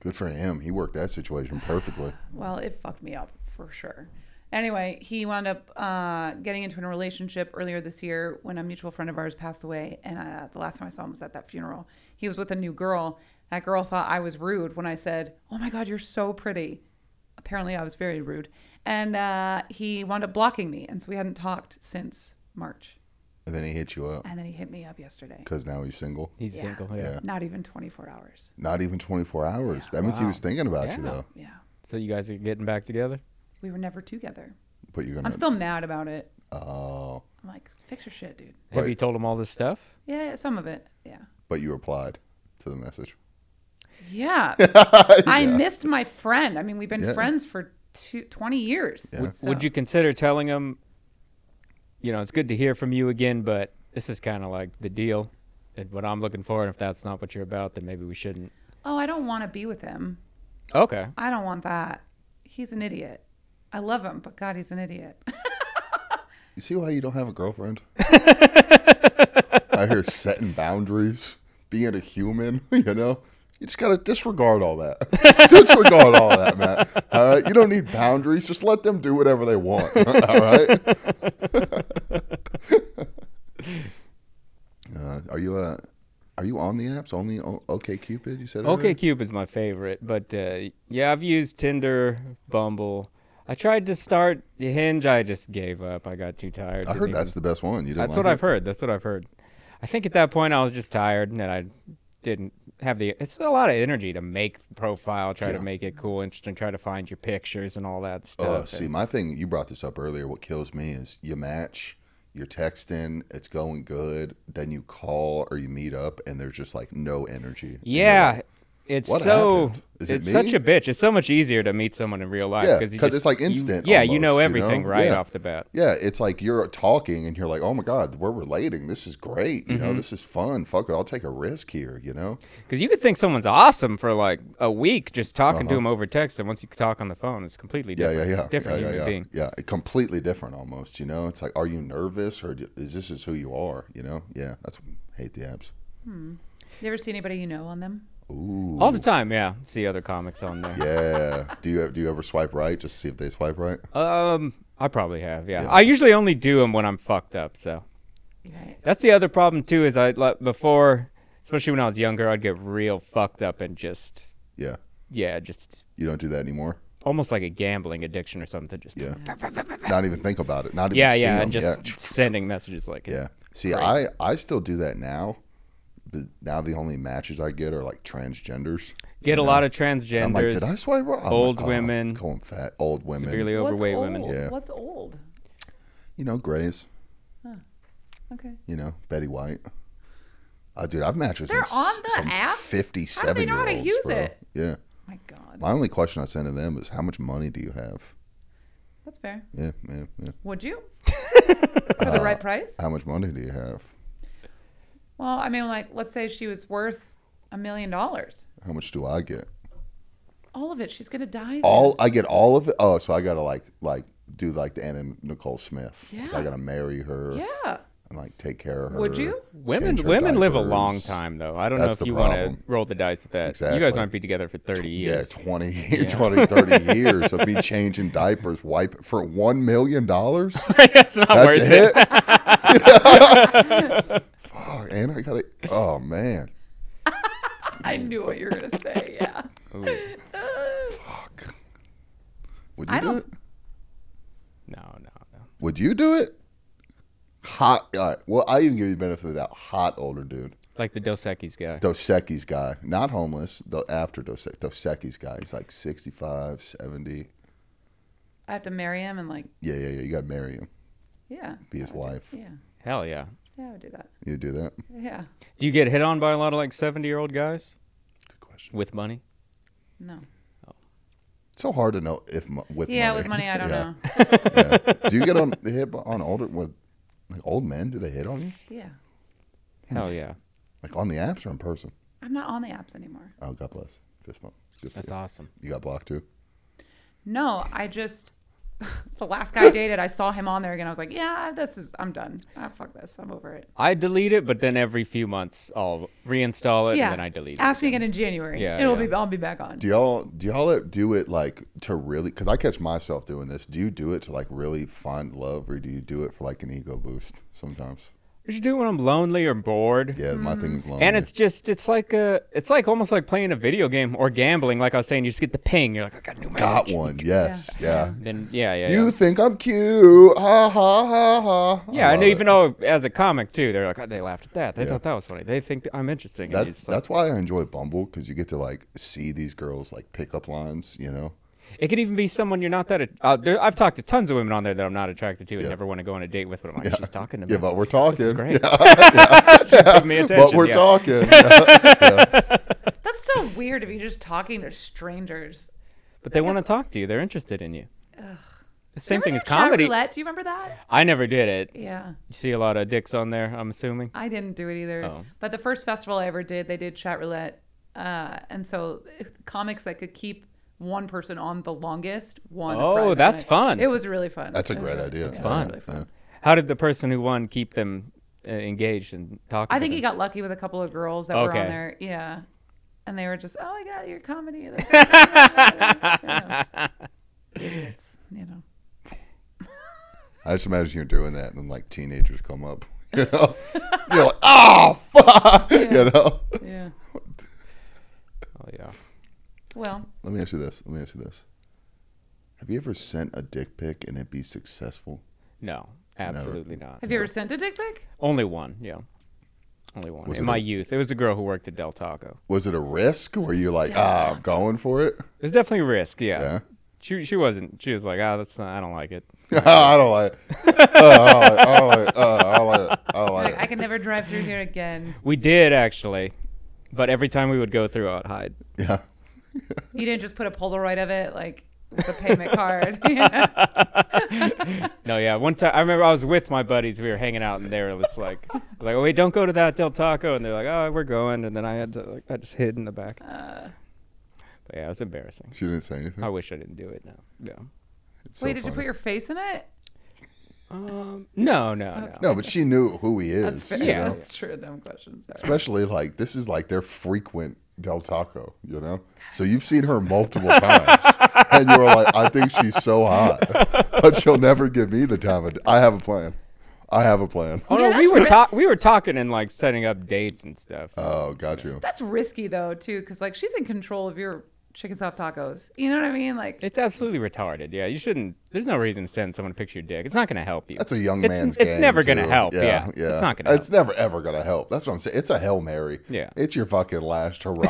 Speaker 2: Good for him. He worked that situation perfectly.
Speaker 5: Well, it fucked me up for sure. Anyway, he wound up uh, getting into a relationship earlier this year when a mutual friend of ours passed away. And uh, the last time I saw him was at that funeral. He was with a new girl. That girl thought I was rude when I said, Oh my God, you're so pretty. Apparently, I was very rude. And uh, he wound up blocking me. And so we hadn't talked since March.
Speaker 2: And then he hit you up
Speaker 5: And then he hit me up yesterday.
Speaker 2: because now he's single.
Speaker 1: He's
Speaker 5: Yeah.
Speaker 1: single. Yeah.
Speaker 5: Not even 24 hours.
Speaker 2: Not even 24 hours. that means he was thinking about you,
Speaker 1: Yeah.
Speaker 2: though.
Speaker 5: Yeah.
Speaker 1: So you guys are getting back together?
Speaker 5: We were never together.
Speaker 2: But you're going to.
Speaker 5: I'm still mad about it.
Speaker 2: Oh.
Speaker 5: I'm like, fix your shit, dude.
Speaker 1: Have you told him all this stuff?
Speaker 5: Yeah, some of it. Yeah.
Speaker 2: But you replied to the message.
Speaker 5: Yeah. I missed my friend. I mean, we've been
Speaker 2: Yeah.
Speaker 5: friends for two, 20 years.
Speaker 2: Would-
Speaker 5: So-
Speaker 1: Would you consider telling him? You know, it's good to hear from you again, but this is kind of like the deal. And what I'm looking for, and if that's not what you're about, then maybe we shouldn't.
Speaker 5: Oh, I don't want to be with him.
Speaker 1: Okay.
Speaker 5: I don't want that. He's an idiot. I love him, but God, he's an idiot.
Speaker 2: You see why you don't have a girlfriend? I hear setting boundaries, being a human, you know? You just gotta disregard all that. Just disregard all that, man. All right? You don't need boundaries. Just let them do whatever they want. All right? uh, are you uh, are you on the apps? On the O- OK Cupid? You said
Speaker 1: Okay,
Speaker 2: earlier?
Speaker 1: Cube is my favorite, but uh, yeah, I've used Tinder, Bumble. I tried to start Hinge. I just gave up. I got too tired.
Speaker 2: I
Speaker 1: Didn't
Speaker 2: heard
Speaker 1: even-
Speaker 2: that's the best one. You didn't
Speaker 1: That's
Speaker 2: like
Speaker 1: what
Speaker 2: it?
Speaker 1: I've heard. That's what I've heard. I think at that point I was just tired and I didn't have the. It's a lot of energy to make the profile, try to make it cool, interesting, try to find your pictures and all that stuff.
Speaker 2: Oh,
Speaker 1: and-
Speaker 2: see, my thing, you brought this up earlier. What kills me is you match, you're texting, it's going good, then you call or you meet up, and there's just like no energy. And you're
Speaker 1: yeah,
Speaker 2: like,
Speaker 1: it's
Speaker 2: "What
Speaker 1: so.
Speaker 2: happened? Is it
Speaker 1: it's
Speaker 2: me?"
Speaker 1: such a bitch. It's so much easier to meet someone in real life
Speaker 2: Yeah,
Speaker 1: you
Speaker 2: 'cause
Speaker 1: just-
Speaker 2: it's like
Speaker 1: you-
Speaker 2: instant
Speaker 1: yeah, you know
Speaker 2: almost, you
Speaker 1: everything
Speaker 2: know?
Speaker 1: right
Speaker 2: Yeah.
Speaker 1: off the bat.
Speaker 2: yeah, it's like you're talking and you're like, oh my God, we're relating. This is great. You
Speaker 1: Mm-hmm.
Speaker 2: know, this is fun. Fuck it. I'll take a risk here, you know?
Speaker 1: Because you could think someone's awesome for like a week just talking to them over text, and once you talk on the phone, it's completely
Speaker 2: Uh-huh. Yeah,
Speaker 1: different.
Speaker 2: yeah, yeah.
Speaker 1: Different
Speaker 2: yeah,
Speaker 1: human
Speaker 2: yeah, yeah.
Speaker 1: being.
Speaker 2: Yeah, completely different almost, you know? It's like, are you nervous or do- is this is who you are, you know? Yeah, that's, hate the apps.
Speaker 5: you ever see anybody you know on them?
Speaker 2: Ooh.
Speaker 1: All the time, yeah. See other comics on there.
Speaker 2: Yeah. do you do you ever swipe right just to see if they swipe right?
Speaker 1: Um, I probably have. Yeah. I usually only do them when I'm fucked up. So
Speaker 5: Right.
Speaker 1: that's the other problem too. Is I like, before, especially when I was younger, I'd get real fucked up and just
Speaker 2: Yeah.
Speaker 1: yeah, just
Speaker 2: You don't do that anymore.
Speaker 1: almost like a gambling addiction or something. Just
Speaker 2: Yeah. Not even think about it. Not even
Speaker 1: yeah,
Speaker 2: see
Speaker 1: yeah,
Speaker 2: them.
Speaker 1: and just
Speaker 2: yeah.
Speaker 1: sending messages like it.
Speaker 2: Yeah. See, I I still do that now. But now the only matches I get are like transgenders.
Speaker 1: Get a lot of
Speaker 2: And
Speaker 1: transgenders.
Speaker 2: I'm like, did I swipe right? I'm
Speaker 1: old
Speaker 2: like, oh,
Speaker 1: women,
Speaker 2: going fat, old women,
Speaker 1: severely overweight
Speaker 5: What's
Speaker 1: women.
Speaker 5: old?
Speaker 2: Yeah.
Speaker 5: What's old?
Speaker 2: you know, grays.
Speaker 5: Okay.
Speaker 2: You know, Betty White. Uh, dude, I've matched with
Speaker 5: They're
Speaker 2: some,
Speaker 5: on the
Speaker 2: some
Speaker 5: apps? How do they
Speaker 2: 57
Speaker 5: know
Speaker 2: year
Speaker 5: how to
Speaker 2: olds.
Speaker 5: use
Speaker 2: bro.
Speaker 5: it?
Speaker 2: Yeah.
Speaker 5: My God.
Speaker 2: My only question I send to them is how much money do you have?
Speaker 5: That's fair.
Speaker 2: Yeah, yeah, yeah.
Speaker 5: Would you? For the
Speaker 2: Uh,
Speaker 5: right price?
Speaker 2: How much money do you have?
Speaker 5: Well, I mean, like, let's say she was worth a million dollars.
Speaker 2: How much do I get?
Speaker 5: All of it. She's going to die. soon.
Speaker 2: All I get all of it. Oh, so I gotta like like do like the Anna Nicole Smith. Like,
Speaker 5: Yeah.
Speaker 2: I gotta marry her
Speaker 5: Yeah.
Speaker 2: and like take care of her.
Speaker 5: Would you?
Speaker 1: Women
Speaker 2: change her
Speaker 1: women live a long
Speaker 2: diapers.
Speaker 1: time though. I don't
Speaker 2: That's
Speaker 1: know
Speaker 2: the
Speaker 1: if you want to
Speaker 2: problem.
Speaker 1: roll the dice at that. You guys
Speaker 2: Exactly.
Speaker 1: might be together for 30
Speaker 2: Yeah,
Speaker 1: years.
Speaker 2: 20, 20, 30 years of me changing diapers, wipe for one million dollars.
Speaker 1: That's not
Speaker 2: That's
Speaker 1: worth
Speaker 2: it. Fuck, and I gotta. Oh man,
Speaker 5: I knew what you were going to say. Yeah.
Speaker 2: fuck. Would you
Speaker 5: I
Speaker 2: do
Speaker 5: don't-
Speaker 2: it?
Speaker 1: No, no, no.
Speaker 2: Would you do it? Hot. All right. Well, I even give you the benefit of the doubt. Hot older dude.
Speaker 1: Like the Dos Equis guy.
Speaker 2: Dos Equis guy, not homeless, the after Dos Equis, Dos Equis guy. He's like 65, 70.
Speaker 5: I have to marry him and, like,
Speaker 2: Yeah, yeah, yeah. You got to marry him,
Speaker 5: yeah.
Speaker 2: be his wife.
Speaker 5: Yeah.
Speaker 1: Hell yeah.
Speaker 5: Yeah, I would do that.
Speaker 2: You do that?
Speaker 5: Yeah.
Speaker 1: Do you get hit on by a lot of like 70-year-old guys
Speaker 2: Good question.
Speaker 1: with money?
Speaker 5: No.
Speaker 2: It's so hard to know if mo- with
Speaker 5: Yeah,
Speaker 2: money.
Speaker 5: with money, I don't
Speaker 2: Yeah,
Speaker 5: know.
Speaker 2: yeah. Do you get on hit on older with like old men? Do they hit on you?
Speaker 5: Yeah.
Speaker 1: Hell yeah.
Speaker 2: Like on the apps or in person?
Speaker 5: I'm not on the apps anymore.
Speaker 2: Oh, God bless. Fist bump. Good for
Speaker 1: That's
Speaker 2: you.
Speaker 1: awesome.
Speaker 2: You got blocked too.
Speaker 5: No, I just the last guy I dated, I saw him on there again. I was like, yeah, this is I'm done. Ah, fuck this, I'm over it.
Speaker 1: I delete it, but then every few months I'll reinstall it
Speaker 5: yeah,
Speaker 1: and then I delete it.
Speaker 5: Ask me again in January.
Speaker 1: Yeah,
Speaker 5: it'll
Speaker 1: yeah.
Speaker 5: be I'll be back on.
Speaker 2: Do y'all do y'all do it like to really? Because I catch myself doing this. Do you do it to like really find love, or do you do it for like an ego boost sometimes?
Speaker 1: I should do it when I'm lonely or bored.
Speaker 2: Yeah, my
Speaker 5: Mm.
Speaker 2: thing's long.
Speaker 1: And it's just it's like a it's like almost like playing a video game or gambling. Like I was saying, you just get the ping. You're like, I got a new message.
Speaker 2: got one. Yes, yeah.
Speaker 1: Then yeah, yeah.
Speaker 2: You
Speaker 1: yeah.
Speaker 2: think I'm cute? Ha ha ha ha.
Speaker 1: Yeah, and
Speaker 2: love
Speaker 1: even
Speaker 2: it.
Speaker 1: though as a comic too, they're like, oh, they laughed at that. They thought that was funny. They think that I'm interesting. And
Speaker 2: that's
Speaker 1: it's like-
Speaker 2: that's why I enjoy Bumble because you get to like see these girls like pickup lines. You know,
Speaker 1: it could even be someone you're not that. at- Uh, there, I've talked to tons of women on there that I'm not attracted to and never want to go on a date with. But I'm like, she's talking to me.
Speaker 2: yeah, but we're talking.
Speaker 1: this is great.
Speaker 2: Yeah,
Speaker 1: Give me attention.
Speaker 2: but we're
Speaker 1: yeah.
Speaker 2: talking. Yeah.
Speaker 5: That's so weird to be just talking to strangers.
Speaker 1: But they want to talk to you. They're interested in you. The same thing
Speaker 5: Remember
Speaker 1: as
Speaker 5: Chat
Speaker 1: comedy.
Speaker 5: Roulette? Do you remember that?
Speaker 1: I never did it. You
Speaker 5: Yeah,
Speaker 1: see a lot of dicks on there. I'm assuming.
Speaker 5: I didn't do it either.
Speaker 1: Oh.
Speaker 5: But the first festival I ever did, they did chat roulette, uh, and so comics that could keep one person on the longest won. a
Speaker 1: Oh,
Speaker 5: prize that
Speaker 1: that's
Speaker 5: night.
Speaker 1: fun.
Speaker 5: It was really fun.
Speaker 2: That's a
Speaker 5: It was
Speaker 2: great
Speaker 5: really-
Speaker 2: idea.
Speaker 5: It's
Speaker 2: Yeah.
Speaker 5: fun.
Speaker 2: Yeah.
Speaker 5: Really fun.
Speaker 1: How did the person who won keep them uh, engaged and talking?
Speaker 5: I
Speaker 1: to
Speaker 5: think he
Speaker 1: them?
Speaker 5: got lucky with a couple of girls that were on
Speaker 1: Okay.
Speaker 5: there. Yeah. And they were just, oh, I got your comedy. you Idiots, you know.
Speaker 2: I just imagine you're doing that, and then like teenagers come up. You know, you're like, oh fuck. You know.
Speaker 5: Yeah.
Speaker 1: Oh yeah.
Speaker 5: Well,
Speaker 2: Let me ask you this. Let me ask you this. Have you ever sent a dick pic and it be successful?
Speaker 1: No, absolutely not.
Speaker 5: have you ever sent a dick pic?
Speaker 1: Only one, yeah. Only one.
Speaker 2: Was
Speaker 1: In
Speaker 2: it
Speaker 1: my
Speaker 2: a-
Speaker 1: youth, it was a girl who worked at Del Taco.
Speaker 2: Was it a risk? Were you like, ah, I'm going for it?
Speaker 1: It was definitely a risk, yeah.
Speaker 2: Yeah.
Speaker 1: She she wasn't. She was like, ah, that's not. I don't like it.
Speaker 2: I don't like it. Oh, I don't like it. I don't like it. Oh, I don't like it. I don't like
Speaker 5: Like,
Speaker 2: it.
Speaker 5: I can never drive through here again.
Speaker 1: We did actually, but every time we would go through, I'd hide.
Speaker 2: Yeah.
Speaker 5: You didn't just put a Polaroid of it, like with a payment card. Yeah.
Speaker 1: No, yeah. One time, I remember I was with my buddies. We were hanging out, and they were just like, like, oh, wait, don't go to that Del Taco. And they're like, oh, we're going. And then I had to, like, I just hid in the back.
Speaker 5: Uh.
Speaker 1: but yeah, it was embarrassing.
Speaker 2: She didn't say anything.
Speaker 1: I wish I didn't do it now. Yeah.
Speaker 2: It's so
Speaker 5: Wait, did you
Speaker 2: funny.
Speaker 5: put your face in it?
Speaker 1: No, no, no.
Speaker 2: No, but she knew who he is. you
Speaker 1: Yeah.
Speaker 2: know?
Speaker 5: That's true. Dumb question. Sorry.
Speaker 2: Especially like this is like their frequent Del Taco, you know? So you've seen her multiple times. and you were like, I think she's so hot. But she'll never give me the time of d- I have a plan. I have a plan.
Speaker 1: Oh
Speaker 5: Yeah,
Speaker 1: no, we
Speaker 5: that's
Speaker 1: were
Speaker 5: right.
Speaker 1: talk we were talking and like setting up dates and stuff.
Speaker 2: Oh, got you.
Speaker 5: That's risky though, too, because like she's in control of your chicken soft tacos. You know what I mean? Like,
Speaker 1: It's absolutely retarded. Yeah, you shouldn't. There's no reason to send someone a picture of your dick. It's not going to help you.
Speaker 2: That's a young
Speaker 1: it's,
Speaker 2: man's
Speaker 1: It's
Speaker 2: game.
Speaker 1: never going to
Speaker 2: too.
Speaker 1: help. Yeah, It's not going to.
Speaker 2: It's never ever gonna help. That's what I'm saying. It's a hail mary.
Speaker 1: Yeah.
Speaker 2: It's your fucking last hurrah.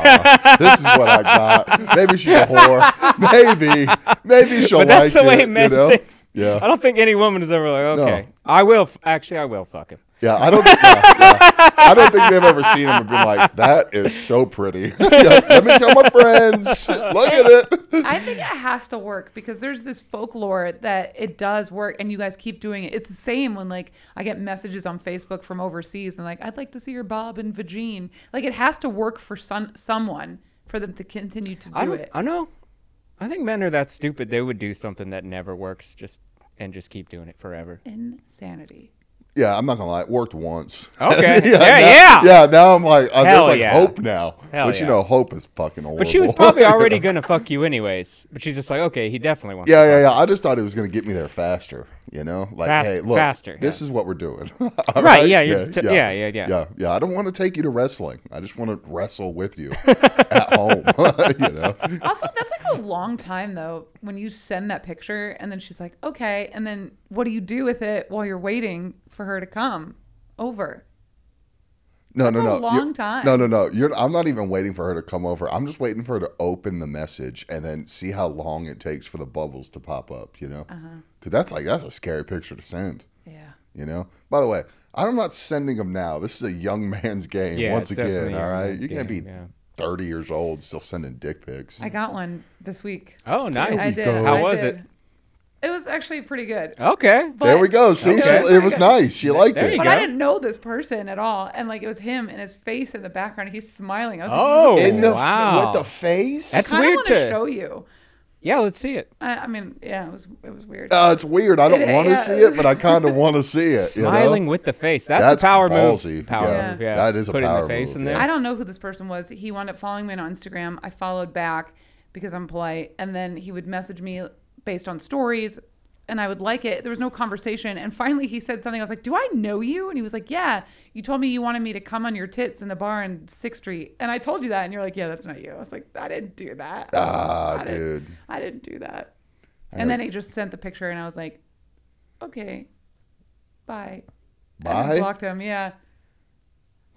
Speaker 2: this is what I got. Maybe she's a whore. Maybe, maybe she'll
Speaker 1: But that's
Speaker 2: like
Speaker 1: the way
Speaker 2: it.
Speaker 1: men
Speaker 2: you know?
Speaker 1: think.
Speaker 2: Yeah.
Speaker 1: I don't think any woman is ever like, okay,
Speaker 2: No.
Speaker 1: I will. F- actually, I will fuck him.
Speaker 2: Yeah, I don't. Think, yeah, yeah. I don't think they've ever seen him and been like, "That is so pretty." Yeah, Let me tell my friends. Look at it.
Speaker 5: I think it has to work because there's this folklore that it does work, and you guys keep doing it. It's the same when like I get messages on Facebook from overseas and like I'd like to see your Bob and Vagine. Like it has to work for some someone for them to continue to do
Speaker 1: I don't-
Speaker 5: it.
Speaker 1: I know. I think men are that stupid. They would do something that never works just and just keep doing it forever.
Speaker 5: Insanity.
Speaker 2: Yeah, I'm not gonna lie. It worked once.
Speaker 1: Okay. Yeah,
Speaker 2: now,
Speaker 1: yeah.
Speaker 2: Yeah. Now I'm like, uh,
Speaker 1: Hell
Speaker 2: there's like
Speaker 1: yeah.
Speaker 2: hope now,
Speaker 1: Hell
Speaker 2: but you
Speaker 1: yeah.
Speaker 2: know, hope is fucking horrible.
Speaker 1: But she was probably already gonna fuck you anyways. But she's just like, okay, he definitely wants.
Speaker 2: Yeah, yeah, yeah. I just thought it was gonna get me there faster. You know, like,
Speaker 1: Fast-
Speaker 2: hey, look,
Speaker 1: faster,
Speaker 2: This
Speaker 1: yeah.
Speaker 2: is what we're doing.
Speaker 1: Right, yeah, you're just- yeah, yeah, yeah.
Speaker 2: yeah, yeah. I don't want to take you to wrestling. I just want to wrestle with you at home. you know.
Speaker 5: Also, that's like a long time though when you send that picture and then she's like, okay. And then what do you do with it while you're waiting for her to come over?
Speaker 2: No, no,
Speaker 5: a
Speaker 2: no.
Speaker 5: long
Speaker 2: You-
Speaker 5: time.
Speaker 2: No, no, no. You're, I'm not even waiting for her to come over. I'm just waiting for her to open the message and then see how long it takes for the bubbles to pop up. You know,
Speaker 5: Uh-huh.
Speaker 2: because that's like that's a scary picture to send.
Speaker 5: Yeah.
Speaker 2: You know. By the way, I'm not sending them now. This is a young man's game.
Speaker 1: Yeah,
Speaker 2: once
Speaker 1: it's definitely
Speaker 2: again,
Speaker 1: a
Speaker 2: all
Speaker 1: young
Speaker 2: right.
Speaker 1: man's
Speaker 2: You can't be
Speaker 1: game, yeah.
Speaker 2: 30 years old still sending dick pics.
Speaker 5: I got one this week.
Speaker 1: Oh, nice.
Speaker 5: I did.
Speaker 1: How
Speaker 5: I
Speaker 1: was
Speaker 5: did.
Speaker 1: it?
Speaker 5: It was actually pretty good.
Speaker 1: Okay.
Speaker 5: But-
Speaker 2: there we go. See,
Speaker 5: Okay.
Speaker 2: she- it was nice. She liked
Speaker 1: There
Speaker 2: it.
Speaker 1: you
Speaker 5: But
Speaker 1: go.
Speaker 5: I didn't know this person at all, and like it was him and his face in the background. He's smiling. I was
Speaker 1: Oh,
Speaker 5: like,
Speaker 2: In the f-
Speaker 1: wow.
Speaker 2: with the face.
Speaker 1: That's-
Speaker 5: I kind of
Speaker 1: weird
Speaker 5: want to
Speaker 1: to-
Speaker 5: show you.
Speaker 1: Yeah, let's see it.
Speaker 5: I, I mean, yeah, it was it was
Speaker 1: Oh,
Speaker 5: weird.
Speaker 2: uh, it's weird. I don't
Speaker 5: It-
Speaker 2: want to
Speaker 5: yeah.
Speaker 2: see it, but I kind of want to see it. you know?
Speaker 1: Smiling with the face. That's,
Speaker 2: That's
Speaker 1: a power
Speaker 2: ballsy.
Speaker 1: move. Power
Speaker 5: Yeah.
Speaker 1: move. Yeah.
Speaker 2: That is a
Speaker 1: Putting
Speaker 2: power
Speaker 1: the face
Speaker 2: move,
Speaker 1: in
Speaker 2: yeah.
Speaker 1: there.
Speaker 5: I don't know who this person was. He wound up following me on Instagram. I followed back because I'm polite, and then he would message me based on stories, and I would like it. There was no conversation, and finally he said something. I was like, "Do I know you?" And he was like, "Yeah, you told me you wanted me to come on your tits in the bar in Sixth Street, and I told you that." And you're like, "Yeah, that's not you." I was like, "I didn't do that."
Speaker 2: Ah,
Speaker 5: I didn't-
Speaker 2: dude.
Speaker 5: I didn't do that. And then he just sent the picture, and I was like, "Okay, bye." And
Speaker 2: Bye?
Speaker 5: I blocked him. Yeah.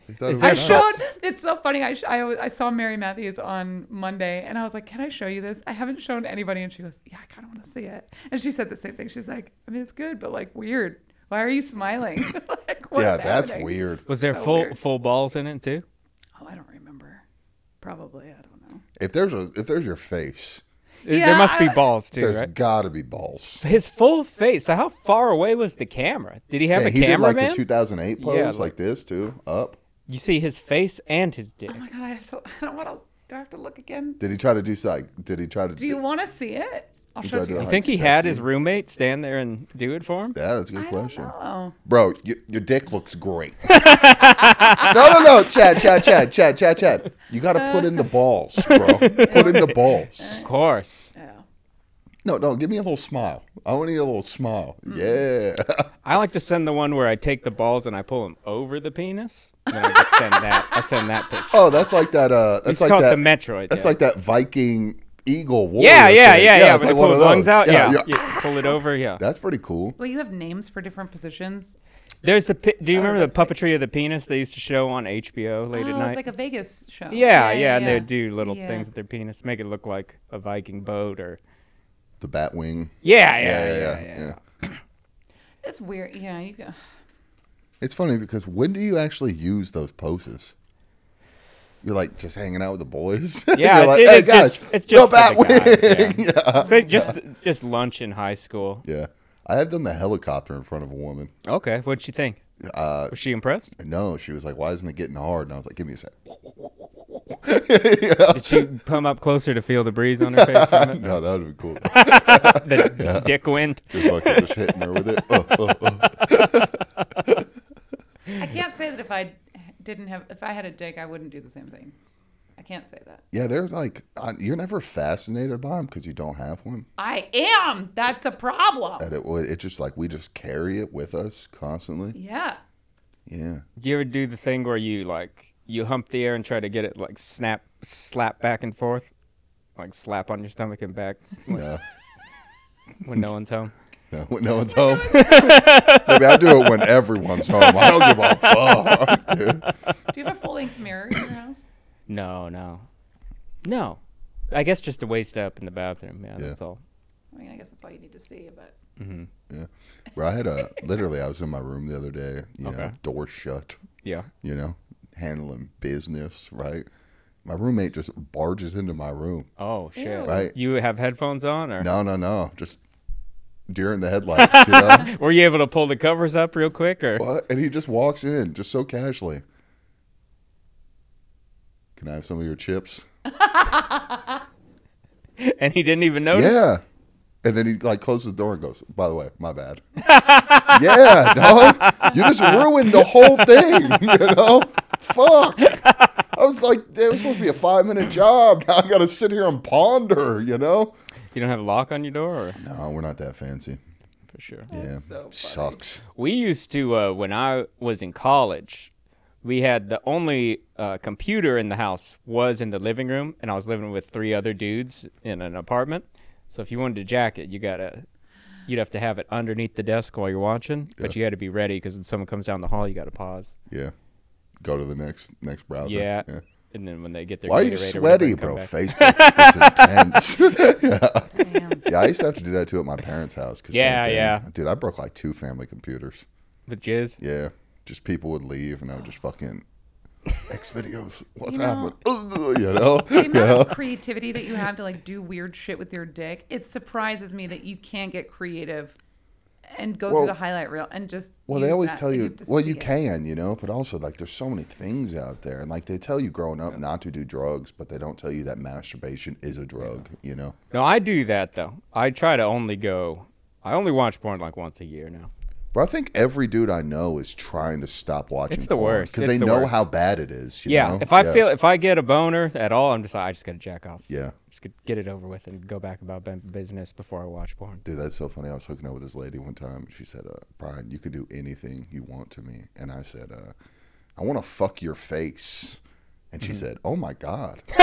Speaker 2: I thought it was
Speaker 5: I
Speaker 1: Very
Speaker 2: nice.
Speaker 5: showed. It's so funny. I, sh- I always- I saw Mary Matthews on Monday, and I was like, "Can I show you this? I haven't shown anybody." And she goes, "Yeah, I kind of want to see it." And she said the same thing. She's like, "I mean, it's good, but like weird. Why are you smiling? like, what's
Speaker 2: Yeah, that's
Speaker 5: happening?"
Speaker 2: weird.
Speaker 1: Was there
Speaker 5: So
Speaker 1: full
Speaker 5: weird.
Speaker 1: full balls in it too?
Speaker 5: Oh, I don't remember. Probably, I don't know. Oh
Speaker 2: If there's a if there's your face,
Speaker 1: There-
Speaker 5: Yeah,
Speaker 1: there must be
Speaker 5: I-
Speaker 1: balls too,
Speaker 2: there's
Speaker 1: right?
Speaker 2: gotta be balls.
Speaker 1: His full face. So how far away was the camera? Did he have
Speaker 2: Yeah,
Speaker 1: a
Speaker 2: he did like
Speaker 1: cameraman?
Speaker 2: the 2008 pose,
Speaker 1: Yeah,
Speaker 2: like,
Speaker 1: like-
Speaker 2: this too, up.
Speaker 1: you see his face and his dick.
Speaker 5: Oh my god, I have to. I don't want to. Do I have to look again?
Speaker 2: Did he try to do like? Did he try to?
Speaker 5: Do you want to see it? I'll show
Speaker 2: try
Speaker 5: it
Speaker 2: to
Speaker 5: to you.
Speaker 2: do
Speaker 1: you
Speaker 2: like
Speaker 1: think he had
Speaker 2: sexy?
Speaker 1: his roommate stand there and do it for him?
Speaker 2: Yeah, that's a good
Speaker 5: I don't
Speaker 2: question,
Speaker 5: know.
Speaker 2: bro. You, your dick looks great. no, no, no, Chad, Chad, Chad, Chad, Chad, Chad. You gotta put in the balls, bro. Put in the balls.
Speaker 1: Of course.
Speaker 5: Oh.
Speaker 2: No, no, give me a little smile. I want to need a little smile. Yeah.
Speaker 1: I like to send the one where I take the balls and I pull them over the penis. And then I just send that. I send that picture.
Speaker 2: Oh, that's like that. Uh, that's
Speaker 1: It's
Speaker 2: like
Speaker 1: called
Speaker 2: that.
Speaker 1: the Metroid.
Speaker 2: That's
Speaker 1: yeah.
Speaker 2: like that Viking eagle warrior.
Speaker 1: Yeah, yeah,
Speaker 2: thing.
Speaker 1: yeah, yeah.
Speaker 2: it's
Speaker 1: When
Speaker 2: like
Speaker 1: they
Speaker 2: one
Speaker 1: pull
Speaker 2: of
Speaker 1: the lungs
Speaker 2: those.
Speaker 1: out, yeah,
Speaker 2: yeah.
Speaker 1: yeah, pull it over, yeah.
Speaker 2: That's pretty cool.
Speaker 5: Well, you have names for different positions.
Speaker 1: There's the. Pi- do you remember the puppetry of the penis they used to show on HBO late at
Speaker 5: Oh,
Speaker 1: night?
Speaker 5: it's like a Vegas show.
Speaker 1: yeah, yeah, and they would do little
Speaker 5: Yeah.
Speaker 1: things with their penis, make it look like a Viking boat or.
Speaker 2: The bat wing.
Speaker 1: Yeah, yeah, yeah, yeah.
Speaker 5: It's weird. Yeah, you go.
Speaker 2: It's funny because when do you actually use those poses? You're like just hanging out with the boys.
Speaker 1: Yeah,
Speaker 2: You're like,
Speaker 1: it-
Speaker 2: "Hey,
Speaker 1: it's just-
Speaker 2: guys,
Speaker 1: it's just
Speaker 2: no bat
Speaker 1: for the guys,
Speaker 2: wing."
Speaker 1: It's ba- Just, just lunch in high school.
Speaker 2: yeah. I had done the helicopter in front of a woman.
Speaker 1: Okay, what'd she think? Uh, was she impressed?
Speaker 2: No, she was like, "Why isn't it getting hard?" And I was like, "Give me a sec."
Speaker 1: Did she come up closer to feel the breeze on her face from it?
Speaker 2: No, that would be cool.
Speaker 1: The dick wind.
Speaker 2: just fucking just hitting her with it. Oh, oh, oh.
Speaker 5: I can't say that if I didn't have, if I had a dick, I wouldn't do the same thing. I can't say that.
Speaker 2: Yeah, they're like, uh, you're never fascinated by them because you don't have one.
Speaker 5: I am. That's a problem.
Speaker 2: that it would it just like we just carry it with us constantly
Speaker 5: Yeah.
Speaker 2: yeah
Speaker 1: Do you ever do the thing where you like you hump the air and try to get it like snap, slap back and forth, like slap on your stomach and back when,
Speaker 2: no
Speaker 1: when no one's home?
Speaker 2: no, when no one's home maybe i do it when everyone's home i don't give a fuck dude.
Speaker 5: Do you have a full length mirror in your house?
Speaker 1: No, no, no. I guess just a waist up in the bathroom. Yeah, that's all.
Speaker 5: I mean, I guess that's all you need to see, but
Speaker 2: Yeah. Where I had a literally, I was in my room the other day. You know,
Speaker 1: Okay.
Speaker 2: door shut.
Speaker 1: Yeah.
Speaker 2: You know, handling business. Right. My roommate just barges into my room.
Speaker 1: Oh shit.
Speaker 2: Right.
Speaker 1: You have headphones on, or
Speaker 2: No, no, no. Just deer in the headlights. you know.
Speaker 1: were you able to pull the covers up real quick, or
Speaker 2: What? And he just walks in just so casually. Can I have some of your chips?
Speaker 1: and he didn't even notice?
Speaker 2: Yeah. And then he like closes the door and goes, by the way, my bad. yeah, dog. You just ruined the whole thing, you know? Fuck. I was like, it was supposed to be a five minute job. Now I gotta sit here and ponder, you know?
Speaker 1: You don't have a lock on your door, or
Speaker 2: No, we're not that fancy.
Speaker 1: for sure.
Speaker 2: yeah. Sucks.
Speaker 1: We used to uh, when I was in college, we had the only uh, computer in the house was in the living room, and I was living with three other dudes in an apartment. So if you wanted to jack it, you gotta. You'd have to have it underneath the desk while you're watching, but you had to be ready because when someone comes down the hall, you got to pause.
Speaker 2: Yeah. Go to the next next browser.
Speaker 1: Yeah. And then when they get their
Speaker 2: Why are you
Speaker 1: Gatorade or whatever,
Speaker 2: sweaty,
Speaker 1: come
Speaker 2: bro?
Speaker 1: back.
Speaker 2: Facebook is intense.
Speaker 5: Damn.
Speaker 2: yeah, I used to have to do that too at my parents' house. 'cause same
Speaker 1: Yeah,
Speaker 2: thing.
Speaker 1: yeah.
Speaker 2: Dude, I broke like two family computers.
Speaker 1: With jizz?
Speaker 2: Yeah, just people would leave, and I would just fucking X videos. What's
Speaker 5: You know-
Speaker 2: happening? Ugh, you know?
Speaker 5: The amount of creativity that you have to like do weird shit with your dick, it surprises me that you can't get creative and go
Speaker 2: Well-
Speaker 5: through the highlight reel and just.
Speaker 2: Well, they
Speaker 5: use
Speaker 2: always
Speaker 5: that,
Speaker 2: tell
Speaker 5: but
Speaker 2: you,
Speaker 5: have to
Speaker 2: well,
Speaker 5: see
Speaker 2: you
Speaker 5: it.
Speaker 2: can, you know, but also like there's so many things out there, and like they tell you growing up not to do drugs, but they don't tell you that masturbation is a drug. You know?
Speaker 1: No, I do that though. I try to only go. I only watch porn like once a year now.
Speaker 2: But I think every dude I know is trying to stop watching.
Speaker 1: It's the worst.
Speaker 2: because
Speaker 1: It's
Speaker 2: they
Speaker 1: the
Speaker 2: know
Speaker 1: worst.
Speaker 2: how bad it is. you
Speaker 1: yeah.
Speaker 2: know?
Speaker 1: If I feel if I get a boner at all, I'm just like I just gotta jack off.
Speaker 2: Yeah.
Speaker 1: Just get, get it over with and go back about ben- business before I watch porn.
Speaker 2: Dude, that's so funny. I was hooking up with this lady one time. She said, uh, "Brian, you could do anything you want to me," and I said, uh, "I want to fuck your face." And she said, "Oh my god."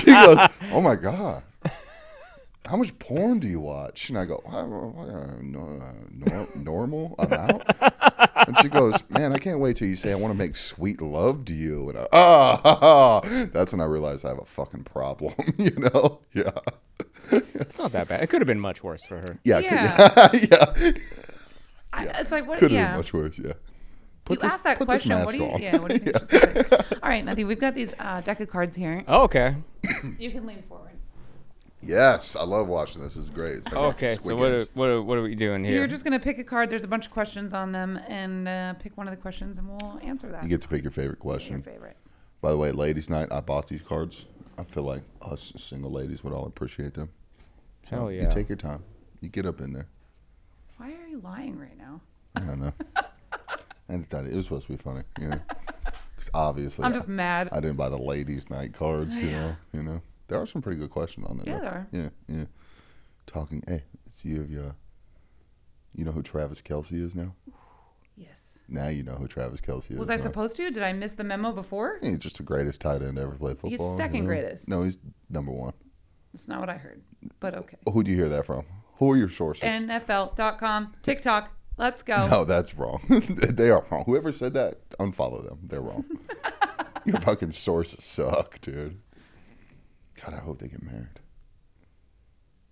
Speaker 2: she goes, "Oh my god." How much porn do you watch? And I go, "I don't know, uh, no- uh, nor- normal amount. And she goes, man, I can't wait till you say I want to make sweet love to you. And I, ah, ha, ha. that's when I realized I have a fucking problem. you know? Yeah.
Speaker 1: It's not that bad. It could have been much worse for her.
Speaker 2: Yeah,
Speaker 5: Yeah.
Speaker 2: could, yeah, yeah.
Speaker 5: I- it's like what?
Speaker 2: Could have
Speaker 5: yeah.
Speaker 2: been much worse. Yeah.
Speaker 5: you
Speaker 2: this-
Speaker 5: asked that
Speaker 2: put this
Speaker 5: question. What do you?
Speaker 2: mask on.
Speaker 5: Yeah. What do you think? she's like? All right, Matthew, we've got these uh, deck of cards here.
Speaker 1: Oh, okay.
Speaker 2: Um,
Speaker 5: You can lean forward.
Speaker 2: Yes, I love watching this. It's great. It's like
Speaker 1: Okay. So
Speaker 2: Squid
Speaker 1: what are,
Speaker 2: Games.
Speaker 1: what are, what are we doing here?
Speaker 5: You're just gonna pick a card. There's a bunch of questions on them, and uh, pick one of the questions, and we'll answer that.
Speaker 2: You get to pick your favorite
Speaker 5: your
Speaker 2: question.
Speaker 5: favorite.
Speaker 2: By the way, ladies' night, I bought these cards. I feel like us single ladies would all appreciate them. So
Speaker 1: Hell yeah.
Speaker 2: You take your time. You get up in there.
Speaker 5: Why are you lying right now?
Speaker 2: I don't know. I just thought it was supposed to be funny. You know? 'Cause obviously,
Speaker 5: I'm just mad.
Speaker 2: I didn't buy the ladies' night cards. You know, you know. There are some pretty good questions on there.
Speaker 5: Yeah,
Speaker 2: though.
Speaker 5: there are.
Speaker 2: Yeah, yeah. Talking. Hey, it's you of your. You know who Travis Kelsey is now.
Speaker 5: yes.
Speaker 2: Now you know who Travis Kelsey is.
Speaker 5: Was I
Speaker 2: right?
Speaker 5: supposed to? Did I miss the memo before?
Speaker 2: He's just the greatest tight end to ever play football. you
Speaker 5: second
Speaker 2: know?
Speaker 5: greatest.
Speaker 2: No, he's number one.
Speaker 5: That's not what I heard. But okay.
Speaker 2: Who do you hear that from? Who are your sources?
Speaker 5: NFL.com, TikTok. Let's go.
Speaker 2: no, that's wrong. they are wrong. Whoever said that, unfollow them. They're wrong. your fucking sources suck, dude. God, I hope they get married.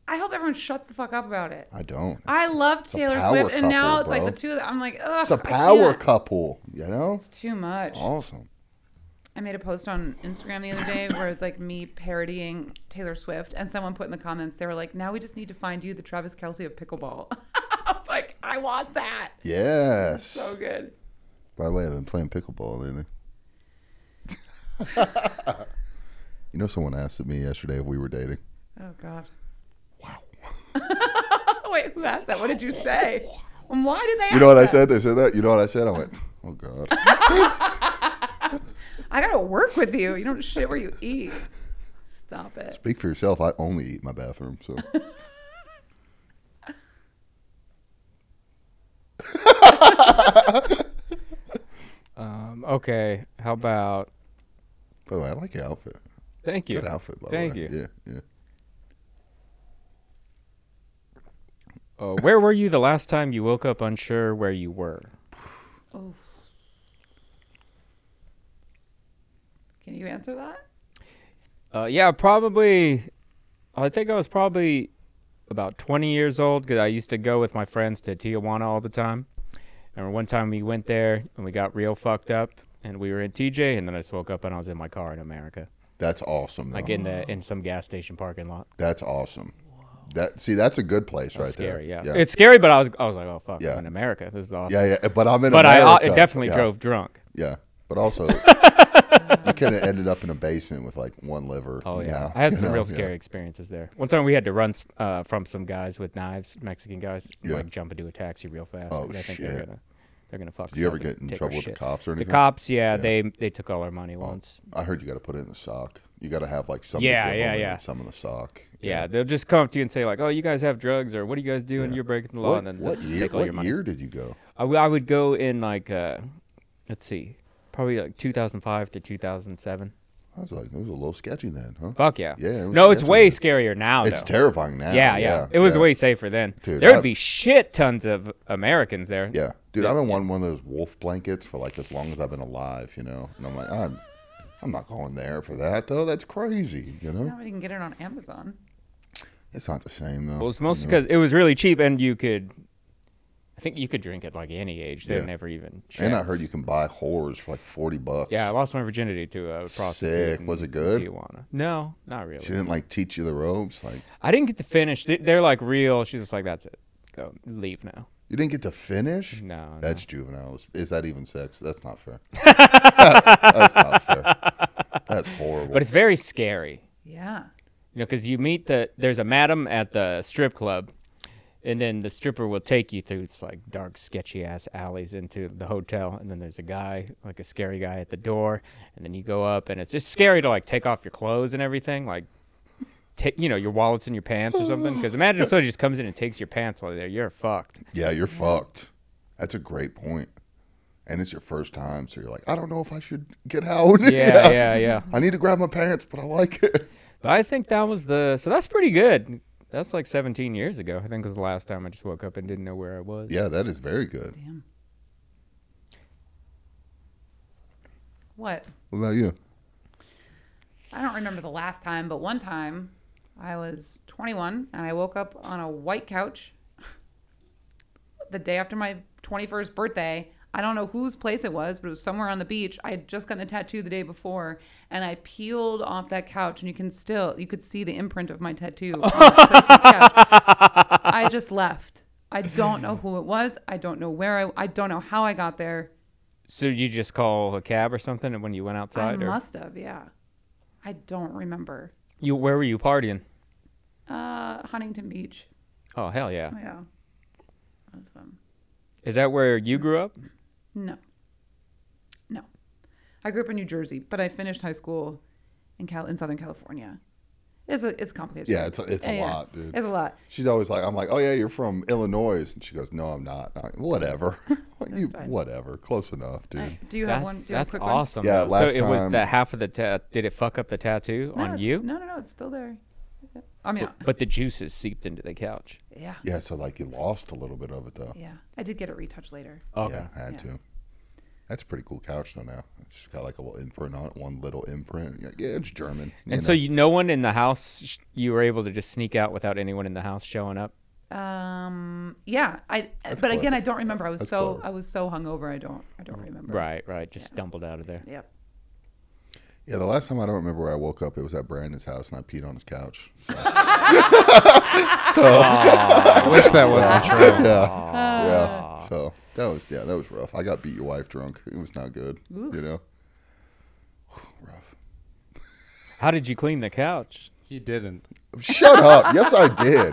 Speaker 5: I hope everyone shuts the fuck up about it.
Speaker 2: I don't.
Speaker 5: I
Speaker 2: It's-
Speaker 5: loved
Speaker 2: it's a
Speaker 5: Taylor
Speaker 2: power
Speaker 5: Swift, and now
Speaker 2: couple,
Speaker 5: it's like
Speaker 2: bro.
Speaker 5: the two of them. I'm like, ugh.
Speaker 2: It's a
Speaker 5: I
Speaker 2: power
Speaker 5: can't.
Speaker 2: couple, you know?
Speaker 5: It's too much.
Speaker 2: Awesome.
Speaker 5: I made a post on Instagram the other day where it's like me parodying Taylor Swift, and someone put in the comments, they were like, now we just need to find you the Travis Kelsey of pickleball. I was like, I want that.
Speaker 2: Yes.
Speaker 5: So good.
Speaker 2: By the way, I've been playing pickleball lately. you know, someone asked me yesterday if we were dating.
Speaker 5: Oh, God. Wow. Wait, who asked that? What did you say? And why did they
Speaker 2: You know what I said? They said that. You know what I said? I went, oh God.
Speaker 5: I gotta work with you. You don't shit where you eat. Stop it.
Speaker 2: Speak for yourself. I only eat in my bathroom, so.
Speaker 1: um, okay. How about?
Speaker 2: By the way, I like your outfit.
Speaker 1: Thank you.
Speaker 2: Good outfit, by
Speaker 1: Thank
Speaker 2: the way.
Speaker 1: you.
Speaker 2: Yeah, yeah.
Speaker 1: Uh, where were you the last time you woke up unsure where you were?
Speaker 5: Can you answer that?
Speaker 1: Uh, yeah, probably. I think I was probably about 20 years old because I used to go with my friends to Tijuana all the time. And one time we went there and we got real fucked up and we were in TJ and then I just woke up and I was in my car in America,
Speaker 2: That's awesome. Though.
Speaker 1: like in the in some gas station parking lot.
Speaker 2: That's awesome. That see, that's a good place right
Speaker 1: scary,
Speaker 2: there.
Speaker 1: yeah. It's scary, but I was I was like, oh fuck,
Speaker 2: Yeah.
Speaker 1: I'm in America. This is awesome.
Speaker 2: yeah, yeah. But I'm in.
Speaker 1: but I, I
Speaker 2: America.
Speaker 1: definitely
Speaker 2: Yeah,
Speaker 1: drove drunk.
Speaker 2: Yeah, but also, you could have ended up in a basement with like one liver.
Speaker 1: Oh yeah,
Speaker 2: now,
Speaker 1: I had
Speaker 2: you
Speaker 1: some
Speaker 2: know?
Speaker 1: real
Speaker 2: Yeah.
Speaker 1: scary experiences there. One time we had to run s- uh, from some guys with knives, Mexican guys, and,
Speaker 2: Yeah.
Speaker 1: like jump into a taxi real fast.
Speaker 2: Oh,
Speaker 1: 'cause I think They're
Speaker 2: shit.
Speaker 1: gonna, they're gonna fuck.
Speaker 2: Do you ever
Speaker 1: us up and
Speaker 2: get in
Speaker 1: take our
Speaker 2: trouble with the
Speaker 1: shit.
Speaker 2: cops or
Speaker 1: The
Speaker 2: anything? Oh,
Speaker 1: cops, yeah, they they took all our money once.
Speaker 2: I heard you got to put it in the sock. You got to have like some.
Speaker 1: Yeah,
Speaker 2: to give
Speaker 1: yeah,
Speaker 2: 'em and
Speaker 1: yeah.
Speaker 2: Some in the sock.
Speaker 1: Yeah, they'll just come up to you and say like, "Oh, you guys have drugs, or what are you guys doing? You're breaking the law."
Speaker 2: What,
Speaker 1: and then they'll
Speaker 2: what
Speaker 1: just
Speaker 2: year?
Speaker 1: take all your
Speaker 2: What
Speaker 1: money.
Speaker 2: year did you go?
Speaker 1: I, w- I would go in like, uh, let's see, probably like 2005 to 2007.
Speaker 2: I was like, it was a little sketchy then, huh?
Speaker 1: Fuck yeah.
Speaker 2: Yeah, it was
Speaker 1: no, it's
Speaker 2: sketchy
Speaker 1: way
Speaker 2: then.
Speaker 1: scarier now.
Speaker 2: It's
Speaker 1: though.
Speaker 2: terrifying now.
Speaker 1: Yeah, yeah, It was
Speaker 2: yeah.
Speaker 1: way safer then.
Speaker 2: Dude,
Speaker 1: there
Speaker 2: I-
Speaker 1: would be shit tons of Americans there.
Speaker 2: Yeah, dude, I've been wanting one of those wolf blankets for like as long as I've been alive, you know. And I'm like, I'm, I'm not going there for that though. That's crazy, you know.
Speaker 5: Nobody can get it on Amazon.
Speaker 2: It's not the same though.
Speaker 1: Well, it's mostly
Speaker 2: Mm-hmm.
Speaker 1: because it was really cheap, and you could, I think you could drink at like any age. They
Speaker 2: Yeah.
Speaker 1: never even. Checked.
Speaker 2: and I heard you can buy whores for like forty bucks.
Speaker 1: Yeah, I lost my virginity to a prostitute.
Speaker 2: Sick.
Speaker 1: in
Speaker 2: Was it good?
Speaker 1: Tijuana. No, not really.
Speaker 2: she didn't like teach you the ropes. Like
Speaker 1: I didn't get to finish. They- They're like real. She's just like, that's it. Go leave now.
Speaker 2: you didn't get to finish.
Speaker 1: No, no.
Speaker 2: that's juvenile. Is- Is that even sex? That's not fair. that's not fair. That's horrible.
Speaker 1: But it's very scary.
Speaker 5: Yeah.
Speaker 1: You know, because you meet the there's a madam at the strip club, and then the stripper will take you through this like dark, sketchy ass alleys into the hotel, and then there's a guy like a scary guy at the door, and then you go up, and it's just scary to like take off your clothes and everything, like. Take, you know your wallets in your pants or something because imagine if somebody just comes in and takes your pants while you're there you're fucked
Speaker 2: yeah, you're fucked. That's a great point. And it's your first time, so you're like, I don't know if I should get out.
Speaker 1: yeah yeah yeah
Speaker 2: I need to grab my pants, but I like it.
Speaker 1: but i think that was the so that's pretty good that's like 17 years ago i think was the last time i just woke up and didn't know where i was
Speaker 2: Yeah, that is very good.
Speaker 5: Damn. What?
Speaker 2: What about you?
Speaker 5: I don't remember the last time, but one time I was 21 and I woke up on a white couch the day after my 21st birthday. I don't know whose place it was, but it was somewhere on the beach. I had just gotten a tattoo the day before and I peeled off that couch and you can still you could see the imprint of my tattoo on that person's couch. I just left. I don't know who it was. I don't know where I I don't know how I got there.
Speaker 1: So you just call a cab or something when you went
Speaker 5: I
Speaker 1: outside, or
Speaker 5: must have, yeah. I don't remember.
Speaker 1: you where were you partying?
Speaker 5: Uh Huntington Beach.
Speaker 1: Oh hell yeah!
Speaker 5: Yeah. That was fun.
Speaker 1: Is that where you grew up?
Speaker 5: No. No. I grew up in New Jersey, but I finished high school in Cal in Southern California. It's a it's a complicated.
Speaker 2: Yeah,
Speaker 5: story.
Speaker 2: it's a- it's a lot, dude.
Speaker 5: It's a lot.
Speaker 2: She's always like, I'm like, oh yeah, you're from Illinois, and she goes, no, I'm not. I'm like, whatever, Like, you, whatever, close enough, dude.
Speaker 5: Do you have
Speaker 1: That's,
Speaker 5: one? Do you have a
Speaker 1: that's
Speaker 5: quick
Speaker 1: awesome.
Speaker 2: Yeah,
Speaker 1: though.
Speaker 2: last
Speaker 1: so it was
Speaker 2: time-
Speaker 1: the half of the ta- did it fuck up the tattoo
Speaker 5: One? No,
Speaker 1: on
Speaker 5: it's-
Speaker 1: you?
Speaker 5: No, no, no. It's still there. I mean,
Speaker 1: But the juices seeped into the couch.
Speaker 5: yeah, yeah,
Speaker 2: Yeah, so like you lost a little bit of it though.
Speaker 5: I did get it retouched later.
Speaker 1: Okay.
Speaker 2: Yeah, had to. That's a pretty cool couch though. Now it's just got like a little imprint on it, one little imprint. You're like, yeah, it's German. you
Speaker 1: And
Speaker 2: know.
Speaker 1: so you, no one in the house. sh- You were able to just sneak out without anyone in the house showing up.
Speaker 5: Um, yeah, I. but
Speaker 2: clever.
Speaker 5: again, I don't remember. I was
Speaker 2: That's
Speaker 5: so
Speaker 2: clever.
Speaker 5: I was so hungover. I don't I don't remember.
Speaker 1: Right, right. Just stumbled out of there.
Speaker 5: Yep.
Speaker 2: yeah, the last time I don't remember where I woke up, it was at Brandon's house, and I peed on his couch. So,
Speaker 1: I wish that wasn't true.
Speaker 2: yeah, yeah. So that was yeah, that was rough. I got beat your wife drunk. It was not good. You know, rough.
Speaker 1: How did you clean the couch?
Speaker 6: He didn't.
Speaker 2: Shut up. Yes, I did.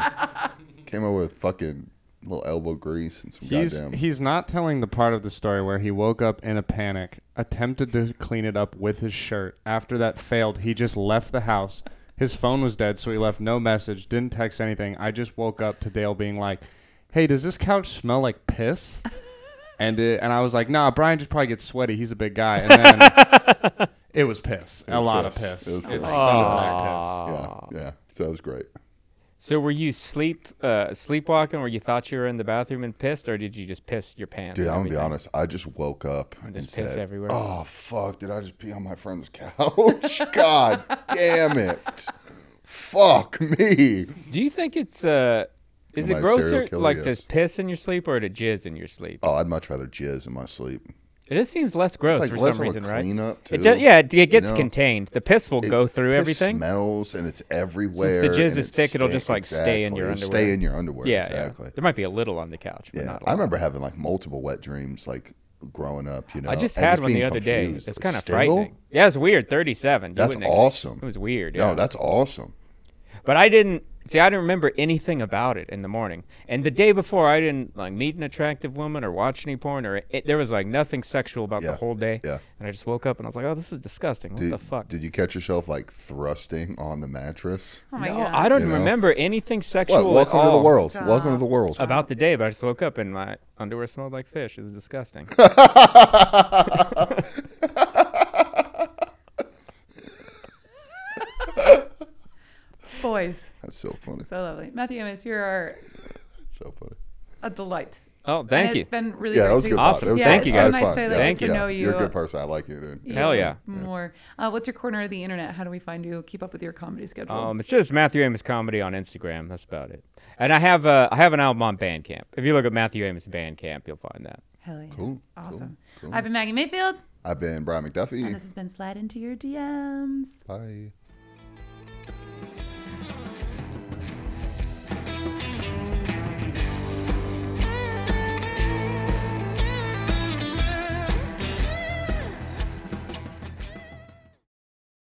Speaker 2: Came up with fucking little elbow grease and some
Speaker 6: He's
Speaker 2: goddamn.
Speaker 6: he's not telling the part of the story where he woke up in a panic, attempted to clean it up with his shirt. After that failed, he just left the house. His phone was dead, so he left no message, didn't text anything. I just woke up to Dale being like, "Hey, does this couch smell like piss?" And it, and I was like, "Nah, Brian just probably gets sweaty. He's a big guy." And then it was piss, a
Speaker 2: was
Speaker 6: lot
Speaker 2: piss.
Speaker 6: of piss.
Speaker 2: It was piss.
Speaker 6: It's oh.
Speaker 2: yeah, yeah. So that was great.
Speaker 1: So were you sleep uh, sleepwalking, where you thought you were in the bathroom and pissed, or did you just piss your pants?
Speaker 2: Dude,
Speaker 1: and
Speaker 2: I'm gonna be
Speaker 1: everything?
Speaker 2: honest. I just woke up and,
Speaker 1: There's
Speaker 2: said,
Speaker 1: piss everywhere.
Speaker 2: "Oh fuck! Did I just pee on my friend's couch? God damn it! Fuck me.
Speaker 1: Do you think it's uh is
Speaker 2: Am I
Speaker 1: it
Speaker 2: a
Speaker 1: grosser
Speaker 2: serial killer?
Speaker 1: like
Speaker 2: Yes.
Speaker 1: does piss in your sleep or to jizz in your sleep?
Speaker 2: Oh, I'd much rather jizz in my sleep.
Speaker 1: It just seems less gross
Speaker 2: like
Speaker 1: for
Speaker 2: less
Speaker 1: some
Speaker 2: of a
Speaker 1: reason, right?
Speaker 2: cleanup,
Speaker 1: It
Speaker 2: too.
Speaker 1: does, yeah, it, it gets
Speaker 2: know?
Speaker 1: contained. The piss will
Speaker 2: It-
Speaker 1: go through
Speaker 2: piss
Speaker 1: everything.
Speaker 2: Smells and it's everywhere.
Speaker 1: jizz
Speaker 2: and
Speaker 1: is
Speaker 2: it
Speaker 1: thick, it'll
Speaker 2: stink-
Speaker 1: just, like, stay in
Speaker 2: exactly.
Speaker 1: your
Speaker 2: It'll
Speaker 1: underwear.
Speaker 2: Stay in your underwear.
Speaker 1: yeah,
Speaker 2: exactly.
Speaker 1: yeah. There might be a little on the couch, but
Speaker 2: Yeah,
Speaker 1: not a lot.
Speaker 2: I remember having like multiple wet dreams, like growing up. You know,
Speaker 1: I just
Speaker 2: and
Speaker 1: had one the
Speaker 2: uh, being
Speaker 1: other
Speaker 2: confused,
Speaker 1: day. It's
Speaker 2: like,
Speaker 1: kind of
Speaker 2: still?
Speaker 1: frightening. Yeah, it's weird. Thirty-seven. You
Speaker 2: That's
Speaker 1: wouldn't ex-
Speaker 2: awesome.
Speaker 1: It was weird. Yeah.
Speaker 2: No, that's awesome.
Speaker 1: But I didn't see. I didn't remember anything about it in the morning. And the day before, I didn't like meet an attractive woman or watch any porn or it, there was like nothing sexual about the
Speaker 2: Yeah,
Speaker 1: whole day.
Speaker 2: yeah.
Speaker 1: And I just woke up and I was like, oh, this is disgusting. What
Speaker 2: Did,
Speaker 1: the fuck?
Speaker 2: Did you catch yourself like thrusting on the mattress?
Speaker 5: Oh my
Speaker 1: no,
Speaker 5: god.
Speaker 1: I don't
Speaker 2: You know?
Speaker 1: remember anything
Speaker 2: What?
Speaker 1: sexual at
Speaker 2: Welcome to the
Speaker 1: all
Speaker 2: world. Welcome to the world.
Speaker 1: about the day. But I just woke up and my underwear smelled like fish. It was disgusting.
Speaker 5: Boys,
Speaker 2: That's so funny.
Speaker 5: so lovely. Matthew Amos, you are
Speaker 2: That's so funny.
Speaker 5: a delight.
Speaker 1: oh,
Speaker 5: and
Speaker 1: thank you.
Speaker 5: It's been really
Speaker 2: Yeah,
Speaker 5: great
Speaker 2: that was
Speaker 5: to-
Speaker 2: good. pod.
Speaker 1: Awesome.
Speaker 2: That was
Speaker 1: Thank
Speaker 2: good.
Speaker 1: you, guys.
Speaker 2: That was fun.
Speaker 5: Nice to-
Speaker 2: Yeah,
Speaker 1: Thank you.
Speaker 2: yeah.
Speaker 5: know you.
Speaker 2: You're a good person. I like you, dude.
Speaker 1: Hell yeah.
Speaker 5: More. Uh, what's your corner of the internet? How do we find you? Keep up with your comedy schedule.
Speaker 1: Um, it's just Matthew Amos comedy on Instagram. That's about it. And I have uh, I have an album on Bandcamp. If you look at Matthew Amos Bandcamp, you'll find that.
Speaker 5: Hell yeah.
Speaker 2: Cool.
Speaker 5: Awesome.
Speaker 2: cool, cool.
Speaker 5: I've been Maggie Mayfield,
Speaker 2: I've been Brian
Speaker 5: and
Speaker 2: McDuffie.
Speaker 5: this has been Slide Into Your DMs.
Speaker 2: Bye.